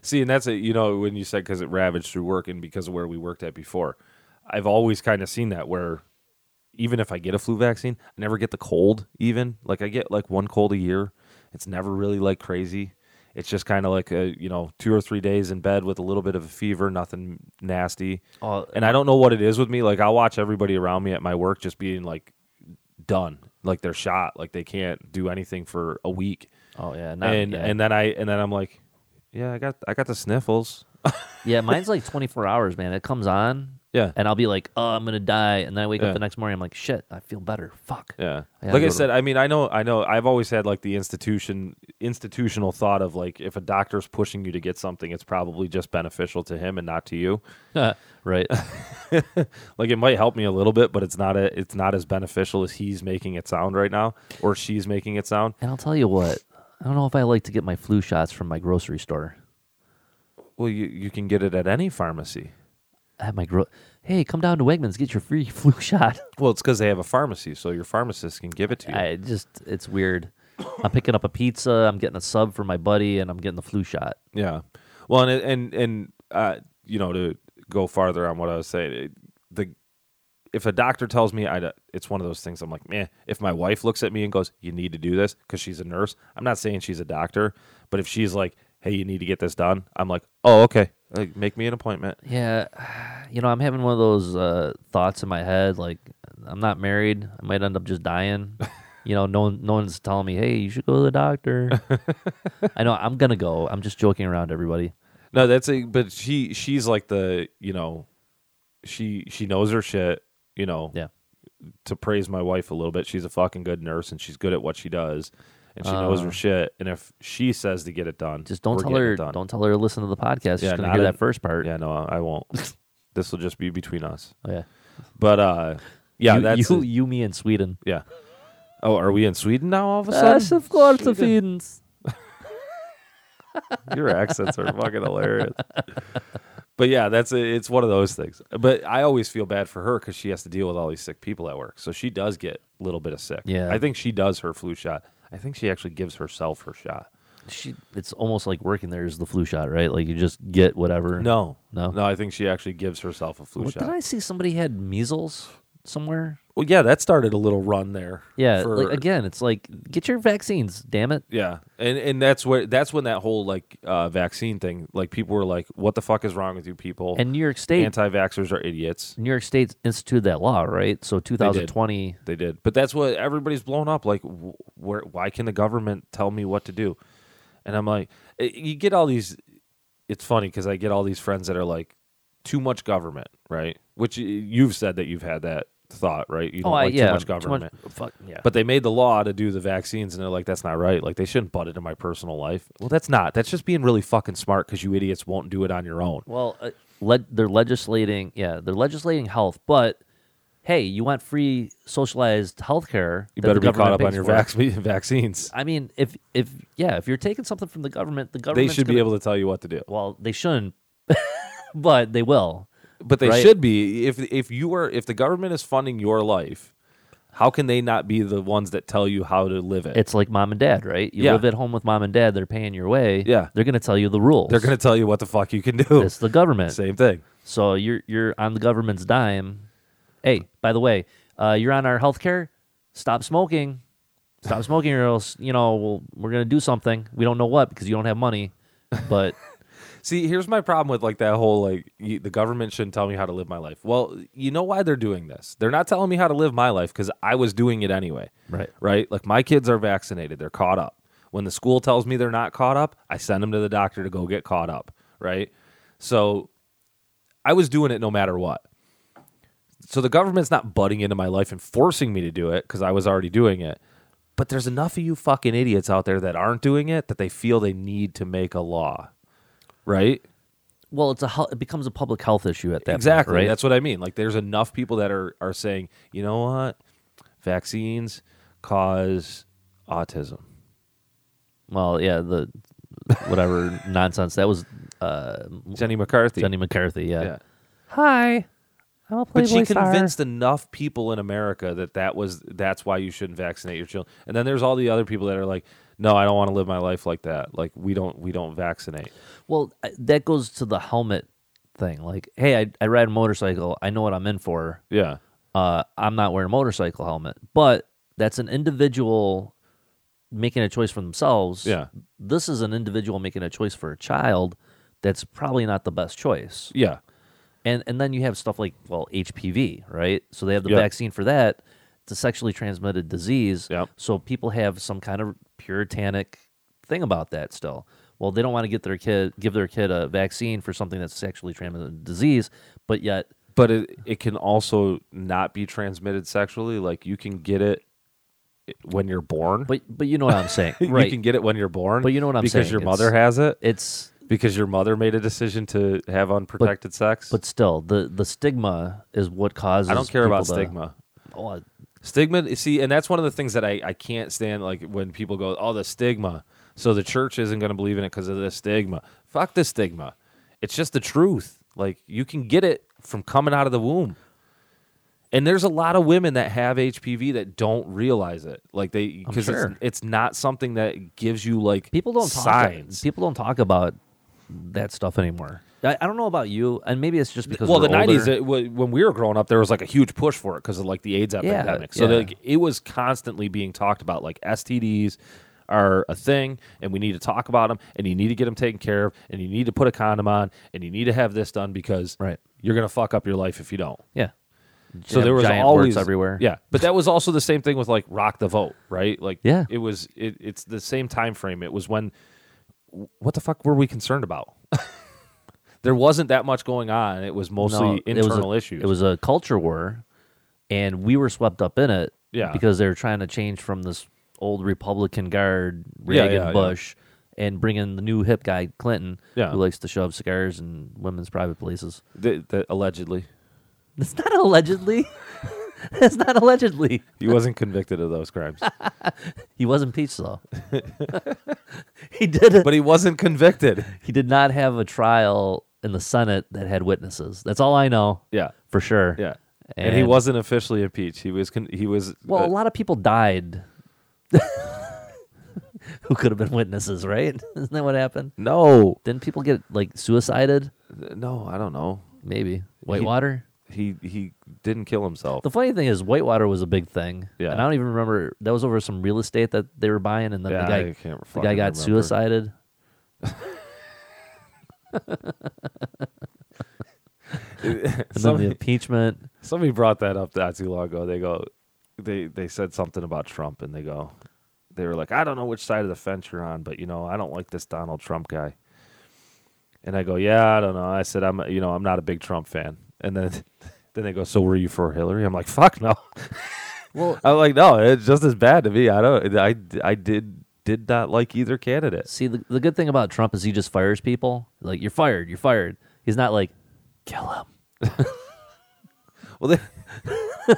See, and that's it. You know, when you said because it ravaged through work and because of where we worked at before, I've always kind of seen that where even if I get a flu vaccine, I never get the cold. Even like I get like one cold a year. It's never really like crazy. It's just kind of like a you know two or three days in bed with a little bit of a fever, nothing nasty.
Oh,
and I don't know what it is with me. Like I'll watch everybody around me at my work just being like done, like they're shot, like they can't do anything for a week.
Oh yeah, not,
and
yeah.
and then I and then I'm like, yeah, I got I got the sniffles.
Yeah, mine's like 24 hours, man. It comes on.
Yeah.
And I'll be like, oh, I'm going to die. And then I wake
Yeah.
up the next morning. I'm like, shit, I feel better. Fuck.
Yeah.
Yeah,
like
I
I
go to-
said, I mean, I know, I know. I've always had like the institution, institutional thought of like, if a doctor's pushing you to get something, it's probably just beneficial to him and not to you.
right.
Like, it might help me a little bit, but it's not a, it's not as beneficial as he's making it sound right now, or she's making it sound.
and I'll tell you what, I don't know if I like to get my flu shots from my grocery store.
Well, you you can get it at any pharmacy.
I have my gro- Hey, come down to Wegmans, get your free flu shot.
Well, it's because they have a pharmacy, so your pharmacist can give it to you.
I it just, it's weird. I'm picking up a pizza. I'm getting a sub for my buddy, and I'm getting the flu shot.
Yeah. Well, and and and uh, you know, to go farther on what I was saying, it, the if a doctor tells me I, it's one of those things. I'm like, man. If my wife looks at me and goes, "You need to do this," because she's a nurse. I'm not saying she's a doctor, but if she's like, "Hey, you need to get this done," I'm like, "Oh, okay. Like, make me an appointment."
Yeah, you know, I'm having one of those uh, thoughts in my head. Like, I'm not married. I might end up just dying. you know, no one, no one's telling me, "Hey, you should go to the doctor." I know I'm gonna go. I'm just joking around, everybody.
No, that's a. But she she's like the you know, she she knows her shit. You know.
Yeah,
to praise my wife a little bit. She's a fucking good nurse and she's good at what she does and she knows her
Uh,
shit. And if she says to get it done,
just don't
we're
tell
getting
her.
it done.
Don't tell her. to Listen to the podcast. She's
Yeah,
gonna
not
hear
in-
that first part.
Yeah, no, I I won't. this will just be between us.
Oh, yeah.
But uh, yeah,
you,
that's
you, you, me, and Sweden.
yeah. Oh, are we in Sweden now? All of a
Yes,
sudden,
of course, Sweden.
Sweden. Your accents are fucking hilarious. But yeah, that's it's one of those things. But I always feel bad for her because she has to deal with all these sick people at work. So she does get a little bit of sick.
Yeah.
I think she does her flu shot. I think she actually gives herself her shot.
She, it's almost like working there is the flu shot, right? Like you just get whatever.
No,
No?
no. I think she actually gives herself a flu
Well,
shot.
did I see somebody had measles somewhere?
Well, yeah, that started a little run there.
Yeah.
for-
like again, it's like get your vaccines, damn it.
Yeah, and and that's where that's when that whole like uh, vaccine thing, like people were like, "What the fuck is wrong with you people?"
And New York State,
anti-vaxxers are idiots.
New York State instituted that law, right? So 2020.
They did, but that's what everybody's blown up. Like, wh- where? Why can the government tell me what to do? And I'm like, eh, you get all these. It's funny because I get all these friends that are like, too much government, right? Which y- you've said that you've had that thought, right? You don't
oh, I,
like
yeah,
too much government.
fuck yeah.
But they made the law to do the vaccines, and they're like, that's not right. Like, they shouldn't butt into my personal life. Well, that's not. That's just being really fucking smart because you idiots won't do it on your own.
Well, uh, le- they're legislating. Yeah, they're legislating health, but hey, you want free socialized health care.
You better be caught up on your vac- vaccines.
I mean, if if yeah, if you're taking something from the government, the
They
government
should be able to tell you what to do.
Well, they shouldn't, but they will.
But they
Right.
should be. If if you are if the government is funding your life, how can they not be the ones that tell you how to live it?
It's like mom and dad, right? You
Yeah.
live at home with mom and dad; they're paying your way.
Yeah.
they're going to tell you the rules.
They're gonna tell you what the fuck you can do.
It's the government.
Same thing.
So you're you're on the government's dime. Hey, by the way, uh, you're on our health care. Stop smoking. Stop smoking, or else you know we'll, we're gonna do something. We don't know what because you don't have money. But
See, here's my problem with like that whole like y the government shouldn't tell me how to live my life. Well, you know why they're doing this? They're not telling me how to live my life because I was doing it anyway.
Right.
Right. Like my kids are vaccinated. They're caught up. When the school tells me they're not caught up, I send them to the doctor to go get caught up. Right. So I was doing it no matter what. So the government's not butting into my life and forcing me to do it because I was already doing it. But there's enough of you fucking idiots out there that aren't doing it that they feel they need to make a law. Right?
well, it's a hel- it becomes a public health issue at that
exactly
point, right?
that's what i mean like there's enough people that are are saying you know what vaccines cause autism
well, yeah, the whatever nonsense that was. Uh,
jenny mccarthy
Jenny McCarthy. Yeah.
yeah
Hi, I'm a
but
Playboy
she
star.
convinced enough people in america that that was that's why you shouldn't vaccinate your children and then there's all the other people that are like no i don't want to live my life like that like we don't we don't vaccinate
Well, I- that goes to the helmet thing. Like, hey, I, I ride a motorcycle. I know what I'm in for.
yeah
uh, I'm not wearing a motorcycle helmet, but that's an individual making a choice for themselves.
Yeah.
This is an individual making a choice for a child that's probably not the best choice.
yeah
And and then you have stuff like, well, HPV, right? So they have the
Yep.
vaccine for that. It's a sexually transmitted disease.
Yep.
So people have some kind of puritanic thing about that still. Well, they don't want to get their kid give their kid a vaccine for something that's sexually transmitted disease, but yet
but it, it can also not be transmitted sexually like you can get it when you're born
but but you know what I'm saying.
you
right.
can get it when you're born
But you know what I'm
because
saying,
your
it's-
mother has it
it's
because your mother made a decision to have unprotected sex.
But still, the the stigma is what causes.
I don't care about
people to-
stigma.
Oh, I-
Stigma, see, and that's one of the things that I, I can't stand. Like when people go, oh, the stigma. So the church isn't going to believe in it because of the stigma. Fuck the stigma. It's just the truth. Like you can get it from coming out of the womb. And there's a lot of women that have HPV that don't realize it. Like they, because
sure.
it's, it's not something that gives you like
people don't talk,
signs.
People don't talk about that stuff anymore. I, I don't know about you, and maybe it's just because
well
we're
the 90s
older.
it, wa- when we were growing up there was like a huge push for it because of like the aids epidemic so
yeah.
like it was constantly being talked about like stds are a thing and we need to talk about them and you need to get them taken care of and you need to put a condom on and you need to have this done because
Right.
you're gonna fuck up your life if you don't
yeah.
so
Giant-
there was
giant warts
always
everywhere.
yeah but that was also the same thing with like rock the vote right like
Yeah.
it was it, it's the same time frame it was when what the fuck were we concerned about there wasn't that much going on it was mostly
No, it was a-
internal issues
It was a culture war, and we were swept up in it.
Yeah.
because they were trying to change from this old Republican guard
Yeah,
Reagan
yeah, yeah.
Bush. And bring in the new hip guy Clinton,
Yeah.
who likes to shove cigars in women's private places.
The, the, allegedly,
It's not allegedly. It's not allegedly.
he wasn't convicted of those crimes,
He was impeached though. he did.
but he wasn't convicted.
he did not have a trial in the Senate that had witnesses. That's all I know
Yeah.
for sure.
Yeah. And, he wasn't officially impeached. He was. Con- he was.
Well,
uh,
a lot of people died who could have been witnesses, right? Isn't that what happened?
no,
Didn't people get like suicided?
no, I don't know.
Maybe. Whitewater?
He he didn't kill himself.
The funny thing is, Whitewater was a big thing.
Yeah.
And I don't even remember. That was over some real estate that they were buying, and then
Yeah,
the guy,
I can't
the
fucking
guy got
remember.
suicided. and then the
Somebody-
impeachment.
Somebody brought that up not too long ago. They go, they they said something about Trump, and they go, they were like, I don't know which side of the fence you're on, but you know, I don't like this Donald Trump guy. And I go, yeah, I don't know. I said, I'm, you know, I'm not a big Trump fan. And then, then they go, so were you for Hillary? I'm like, fuck no.
Well,
I'm like, no, it's just as bad to me. I don't, I, I did did not like either candidate.
see, the, the good thing about Trump is he just fires people. Like, you're fired, you're fired. He's not like, kill him.
Well, they,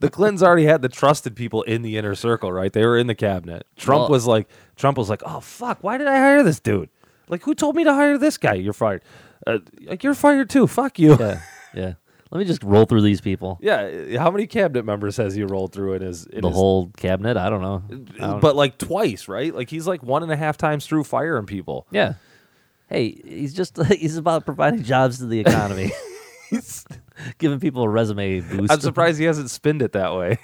the Clintons already had the trusted people in the inner circle, right? They were in the cabinet. Trump
Well-
was like, Trump was like, oh fuck, why did I hire this dude? Like, who told me to hire this guy? You're fired. Uh, like, you're fired too. Fuck you. Yeah.
Yeah. Let me just roll through these people.
uh, How many cabinet members has he rolled through in his in
The
his-
whole cabinet. I don't know. I don't-
But like twice, right? Like he's like one and a half times through firing people.
yeah. Hey, he's just he's about providing jobs to the economy. giving people a resume boost.
I'm surprised he hasn't spinned it that way.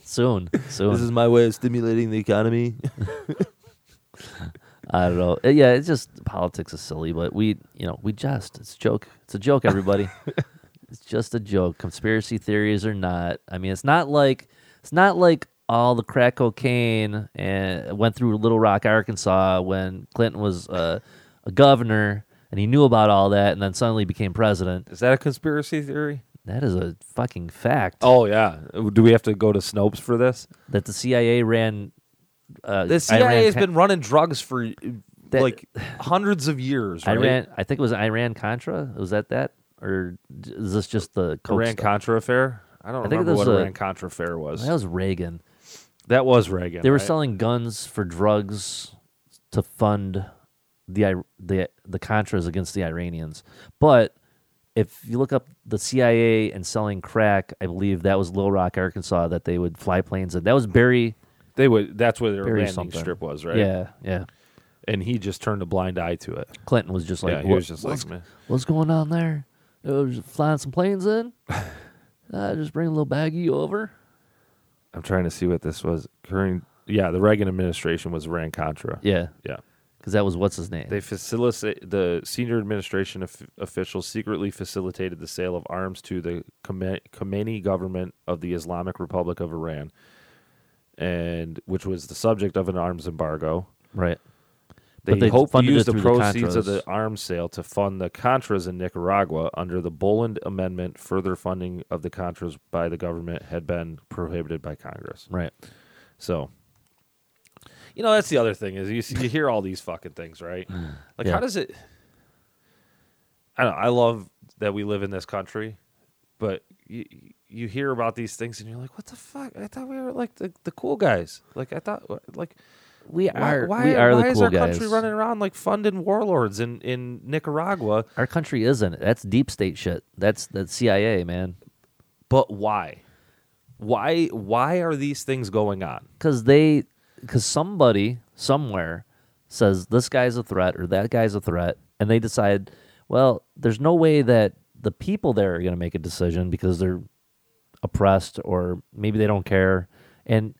soon. Soon.
my way of stimulating the economy.
I don't know. Uh, Yeah, it's just politics is silly, but we, you know, we just it's a joke. It's a joke, everybody. it's just a joke. Conspiracy theories or not. I mean, it's not like it's not like all the crack cocaine and went through Little Rock, Arkansas, when Clinton was uh, a governor and he knew about all that, and then suddenly became president.
Is that a conspiracy theory?
That is a fucking fact.
Oh yeah. Do we have to go to Snopes for this?
That the CIA ran. Uh,
The CIA
Iran
has
Con-
been running drugs for uh,
That-
like hundreds of years. Right?
Iran. I think it was Iran Contra. Was that that, or j- is this just the coke
Iran
stuff?
Contra affair. I don't
I think
remember
there's
what
a-
Iran Contra affair was.
That was Reagan.
That was Reagan.
They were
right?
selling guns for drugs to fund the Ir- the the Contras against the Iranians. But if you look up the CIA and selling crack, I believe that was Little Rock, Arkansas, that they would fly planes in. That was Barry.
They would. That's where their
Bury
landing
something.
strip was, right?
Yeah, yeah.
And he just turned a blind eye to it.
Clinton was just like,
yeah, he
"What-
was just like, man.
what's going on there? They were just flying some planes in. Uh, just bring a little baggie over.
I'm trying to see what this was. Current, yeah, the Reagan administration was Iran Contra.
Yeah,
yeah.
because that was what's his name.
They facilitate the senior administration of, officials secretly facilitated the sale of arms to the Khome- Khomeini government of the Islamic Republic of Iran, and which was the subject of an arms embargo.
right.
They,
But they
hope to
funded
use
it
the
through the
proceeds of the
Contras.
arms sale to fund the Contras in Nicaragua under the Boland Amendment. Further funding of the Contras by the government had been prohibited by Congress.
Right.
So, you know, that's the other thing is you see, you hear all these fucking things, right? Like,
Mm. Yeah.
how does it? I don't. know, I love that we live in this country, but you you hear about these things and you're like, what the fuck? I thought we were like the, the cool guys. Like I thought, like
We
why
are.
why,
we are
why
the
is
cool
our
guys.
country running around like funding warlords in in Nicaragua?
Our country isn't. That's deep state shit. That's that's CIA, man.
But why? Why why are these things going on?
Because they, because somebody somewhere says this guy's a threat or that guy's a threat, and they decide, well, there's no way that the people there are going to make a decision because they're oppressed or maybe they don't care, and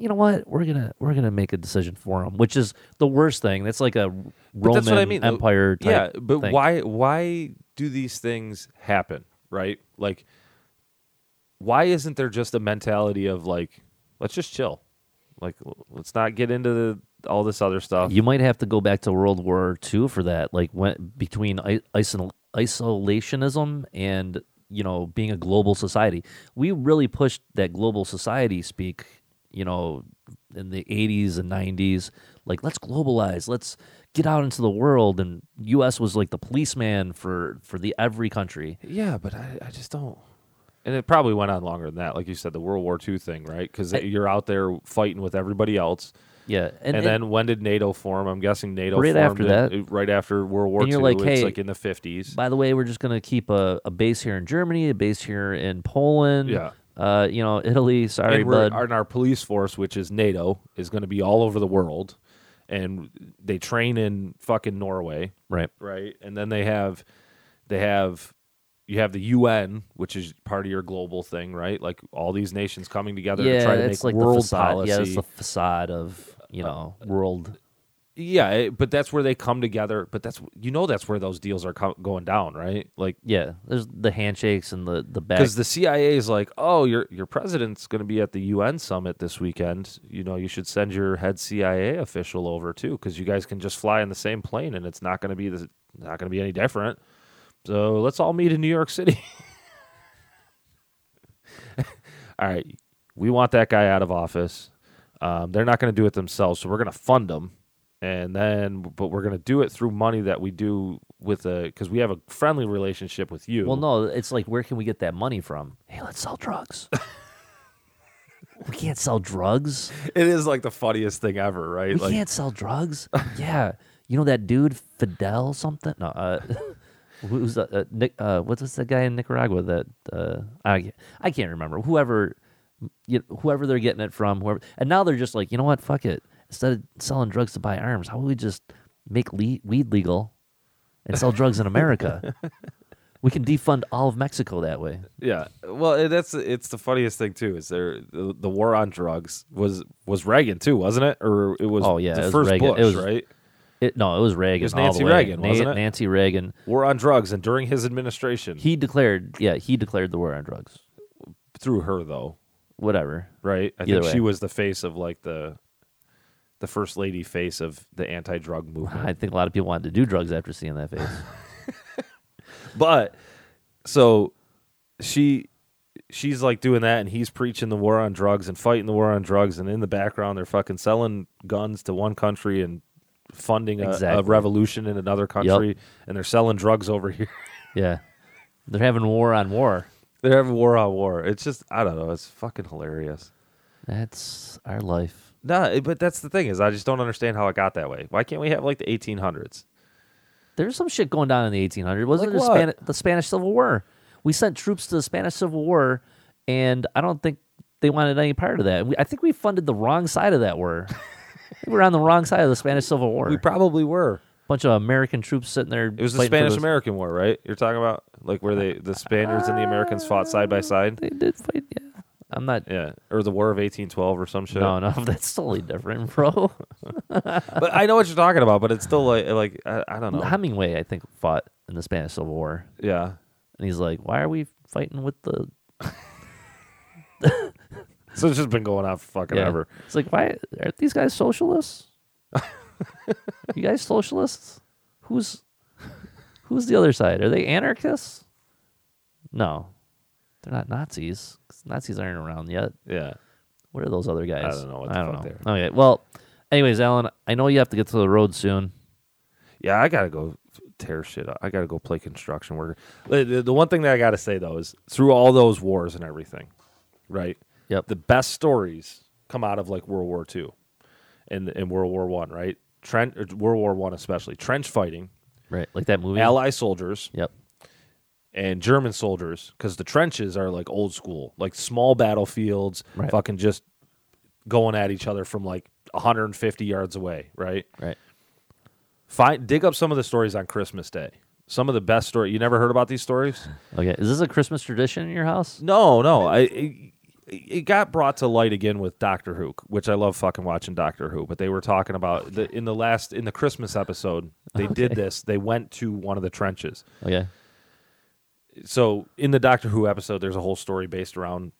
you know what? We're gonna we're gonna make a decision for them, which is the worst thing. That's like a
But
Roman Empire.
yeah,
Type
but
thing.
why why do these things happen? Right? Like, why isn't there just a mentality of like, let's just chill, like l- let's not get into the, all this other stuff?
You might have to go back to World War II for that, like when between i- isol- isolationism and you know being a global society. We really pushed that global society speak, you know, in the '80s and '90s. Like, let's globalize, let's get out into the world, and U.S. was like the policeman for for the every country.
yeah, but I, I just don't. And it probably went on longer than that, like you said, the World War II thing, right? Because you're out there fighting with everybody else.
yeah,
And, then when did NATO form? I'm guessing NATO
Right
formed
after
in-
that.
right after World War
And you're
II.
like,
it's
hey,
like in the 50s.
by the way, we're just gonna keep a, a base here in Germany, a base here in Poland.
Yeah.
Uh, you know, Italy. Sorry,
and, we're,
bud.
and our police force, which is NATO, is going to be all over the world, and they train in fucking Norway,
right.
right? And then they have, they have, you have the UN, which is part of your global thing, right? Like all these nations coming together to try
Yeah,
to
it's
make
like the
world
facade.
policy. Uh,
Yeah, it's the facade of you know world.
Yeah, it- but that's where they come together. But that's you know that's where those deals are co- going down, right? Like
Yeah, there's the handshakes and the the back.
because the CIA is like, oh, your your president's going to be at the UN summit this weekend. You know, you should send your head CIA official over too, because you guys can just fly in the same plane, and it's not going to be the not going to be any different. So let's all meet in New York City. all right, we want that guy out of office. Um, they're not going to do it themselves, so we're going to fund them, and then but we're going to do it through money that we do with a because we have a friendly relationship with you.
well, no, it's like where can we get that money from? Hey, let's sell drugs. we can't sell drugs.
it is like the funniest thing ever, right?
We
like
can't sell drugs. yeah, you know that dude Fidel something. No, uh, who's that? Uh, Nick, uh, what's what's that guy in Nicaragua? That uh, I can't- I can't remember. Whoever, you whoever they're getting it from, whoever, and now they're just like, you know what? Fuck it. Instead of selling drugs to buy arms, how about we just make le- weed legal and sell drugs in America? We can defund all of Mexico that way.
yeah. Well, it- that's it's the funniest thing too. Is there the, the war on drugs was was Reagan too, wasn't it? Or it was
Oh, yeah,
the
it was
first
Reagan.
Bush,
It was-
right?
It, no, it was Reagan.
was
all the
Nancy
way.
Reagan, wasn't it?
Nancy Reagan.
War on drugs, and during his administration,
He declared, yeah, he declared the war on drugs.
through her though,
Whatever.
right? I
Either
think she
way.
was the face of like the the first lady face of the anti drug movement.
I think a lot of people wanted to do drugs after seeing that face.
But so she she's like doing that and he's preaching the war on drugs and fighting the war on drugs and in the background they're fucking selling guns to one country and funding a, a
Exactly.
revolution in another country and they're selling drugs over here.
yeah. They're having war on war.
they're having war on war. It's just I don't know, it's fucking hilarious.
That's our life.
Nah, it- but that's the thing is I just don't understand how it got that way. Why can't we have like the 1800s?
There's some shit going down in the 1800s. Wasn't
Like
it the,
what?
Spani- the Spanish Civil War? We sent troops to the Spanish Civil War, and I don't think they wanted any part of that. We, I think we funded the wrong side of that war. I think we were on the wrong side of the Spanish Civil War.
We probably were.
bunch of American troops sitting there.
It was the Spanish American War, right? You're talking about like where they the Spaniards and the Americans fought side by side.
They did fight. Yeah, I'm not.
Yeah, or the War of 1812 or some shit.
No, no, that's totally different, bro.
But I know what you're talking about. But it's still like, like I, I don't know.
Hemingway, I think, fought in the Spanish Civil War.
yeah,
And he's like, "Why are we fighting with the
so it's just been going on for fucking
yeah.
ever.
It's like, "Why aren't these guys socialists? you guys socialists? Who's who's the other side? Are they anarchists? No, they're not Nazis. 'cause Nazis aren't around yet.
Yeah,
What are those other guys?
don't know what the
I don't
fuck
know. Okay, well, anyways, Alan, I know you have to get to the road soon.
yeah. I gotta go tear shit up. I gotta go play construction worker. The, the- the one thing that I gotta say though is through all those wars and everything, right?
Yep.
The best stories come out of like World War II, and and World War One, right? Trench or World War One especially trench fighting,
right, like that movie.
Ally soldiers,
Yep.
and German soldiers because the trenches are like old school, like small battlefields,
Right.
fucking just going at each other from like 150 yards away, right?
Right.
Find dig up some of the stories on Christmas Day. Some of the best story you never heard about these stories?
Okay, is this a Christmas tradition in your house?
No, no. I it, it got brought to light again with Doctor Who, which I love fucking watching Doctor Who. But they were talking about the, in the last in the Christmas episode they did this. They went to one of the trenches.
Okay.
so in the Doctor Who episode, there's a whole story based around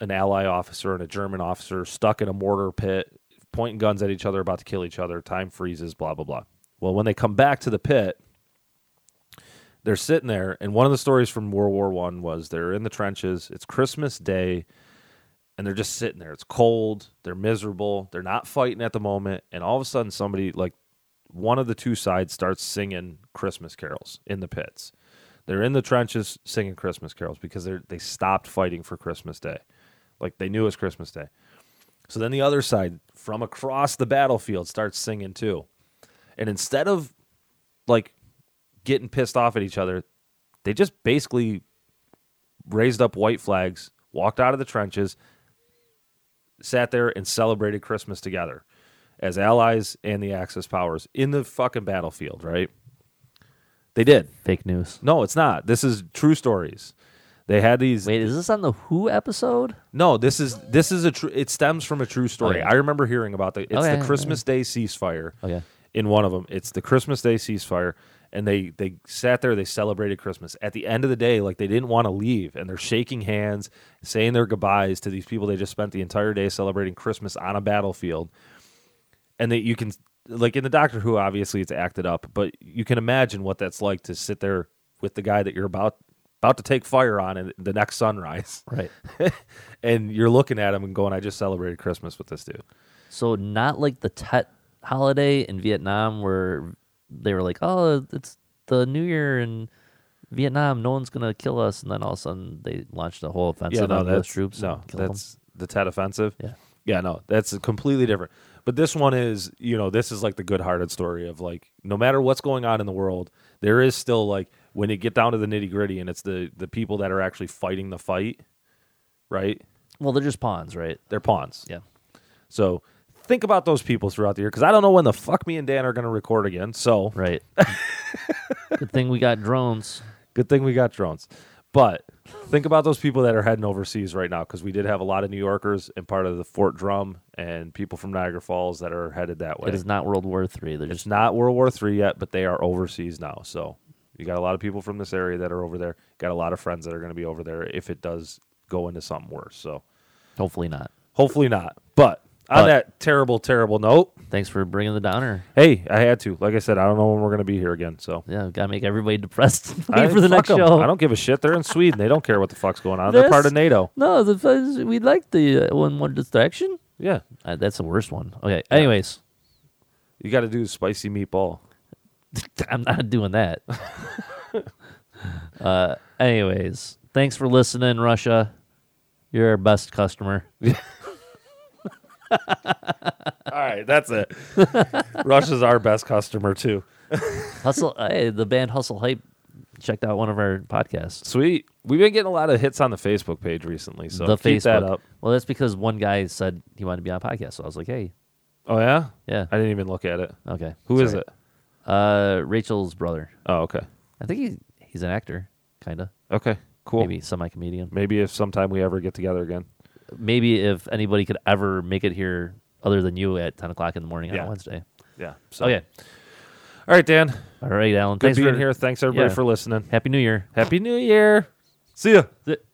an ally officer and a German officer stuck in a mortar pit, pointing guns at each other, about to kill each other. Time freezes, blah blah blah. Well, when they come back to the pit, they're sitting there, and one of the stories from World War One was they're in the trenches. It's Christmas Day, and they're just sitting there. It's cold. They're miserable. They're not fighting at the moment, and all of a sudden, somebody like one of the two sides starts singing Christmas carols in the pits. They're in the trenches singing Christmas carols because they are they stopped fighting for Christmas Day. Like they knew it was Christmas Day. So then the other side from across the battlefield starts singing too. And instead of like getting pissed off at each other, they just basically raised up white flags, walked out of the trenches, sat there and celebrated Christmas together as allies and the Axis powers in the fucking battlefield, right? They did.
Fake news.
No, it's not. This is true stories. They had these
Wait, is this on the Who episode?
no, this is this is a true. It stems from a true story.
Okay.
I remember hearing about the. It's
Okay,
the
okay.
Christmas Day ceasefire.
Okay.
In one of them, it's the Christmas Day ceasefire, and they they sat there. They celebrated Christmas. At the end of the day, like they didn't want to leave, and they're shaking hands, saying their goodbyes to these people they just spent the entire day celebrating Christmas on a battlefield, and that you can like in the Doctor Who, obviously it's acted up, but you can imagine what that's like to sit there with the guy that you're about about to take fire on in the next sunrise
Right.
and you're looking at him and going, "I just celebrated Christmas with this dude."
So not like the Tet holiday in Vietnam where they were like, oh, it's the New Year in Vietnam. No one's gonna kill us, and then all of a sudden they launched a whole offensive on those troops.
no,
and killed 'em.
that's the Tet offensive.
Yeah.
yeah, no, that's completely different. But this one is, you know, this is like the good-hearted story of like, no matter what's going on in the world, there is still like when you get down to the nitty gritty, and it's the the people that are actually fighting the fight, right?
well, they're just pawns, right?
They're pawns.
Yeah.
So think about those people throughout the year because I don't know when the fuck me and Dan are going to record again. So
Right. Good thing we got drones.
Good thing we got drones. But think about those people that are heading overseas right now because we did have a lot of New Yorkers and part of the Fort Drum and people from Niagara Falls that are headed that way.
It is not World War Three. They're
It's
just
not World War III yet, but they are overseas now. So you got a lot of people from this area that are over there. Got a lot of friends that are going to be over there if it does go into something worse. So
hopefully not.
hopefully not. But on
But-
that terrible, terrible note,
Thanks for bringing the downer.
hey, I had to. Like I said, I don't know when we're going to be here again. So.
Yeah, gotta make everybody depressed
I-
wait for the
fuck
next
'em.
show.
I don't give a shit. They're in Sweden. They don't care what the fuck's going on. They're part
This-
of NATO.
No, the fuzz- we like the uh, one one distraction.
Yeah.
Uh, that's the worst one. Okay. Anyways,
You got to do spicy meatball.
I'm not doing that. uh, anyways, thanks for listening, Russia. You're our best customer.
All right, that's it. Russia's our best customer too.
Hustle. hey, the band Hustle Hype checked out one of our podcasts.
Sweet. We've been getting a lot of hits on the Facebook page recently, so
the
keep
Facebook.
that up.
Well, that's because one guy said he wanted to be on a podcast, so I was like, hey,
Oh yeah,
yeah,
I didn't even look at it.
okay.
Who is
sorry.
it?
Uh, Rachel's brother.
Oh okay,
I think he's he's an actor, kind of,
okay, cool.
maybe semi comedian.
Maybe if sometime we ever get together again.
maybe if anybody could ever make it here other than you at 10 o'clock in the morning
Yeah.
on Wednesday.
Yeah. So.
Okay.
All right, Dan. Good
All right, Alan. thanks
being
for
here. Thanks everybody
yeah.
for listening.
Happy New Year.
Happy New Year. See ya.
Th-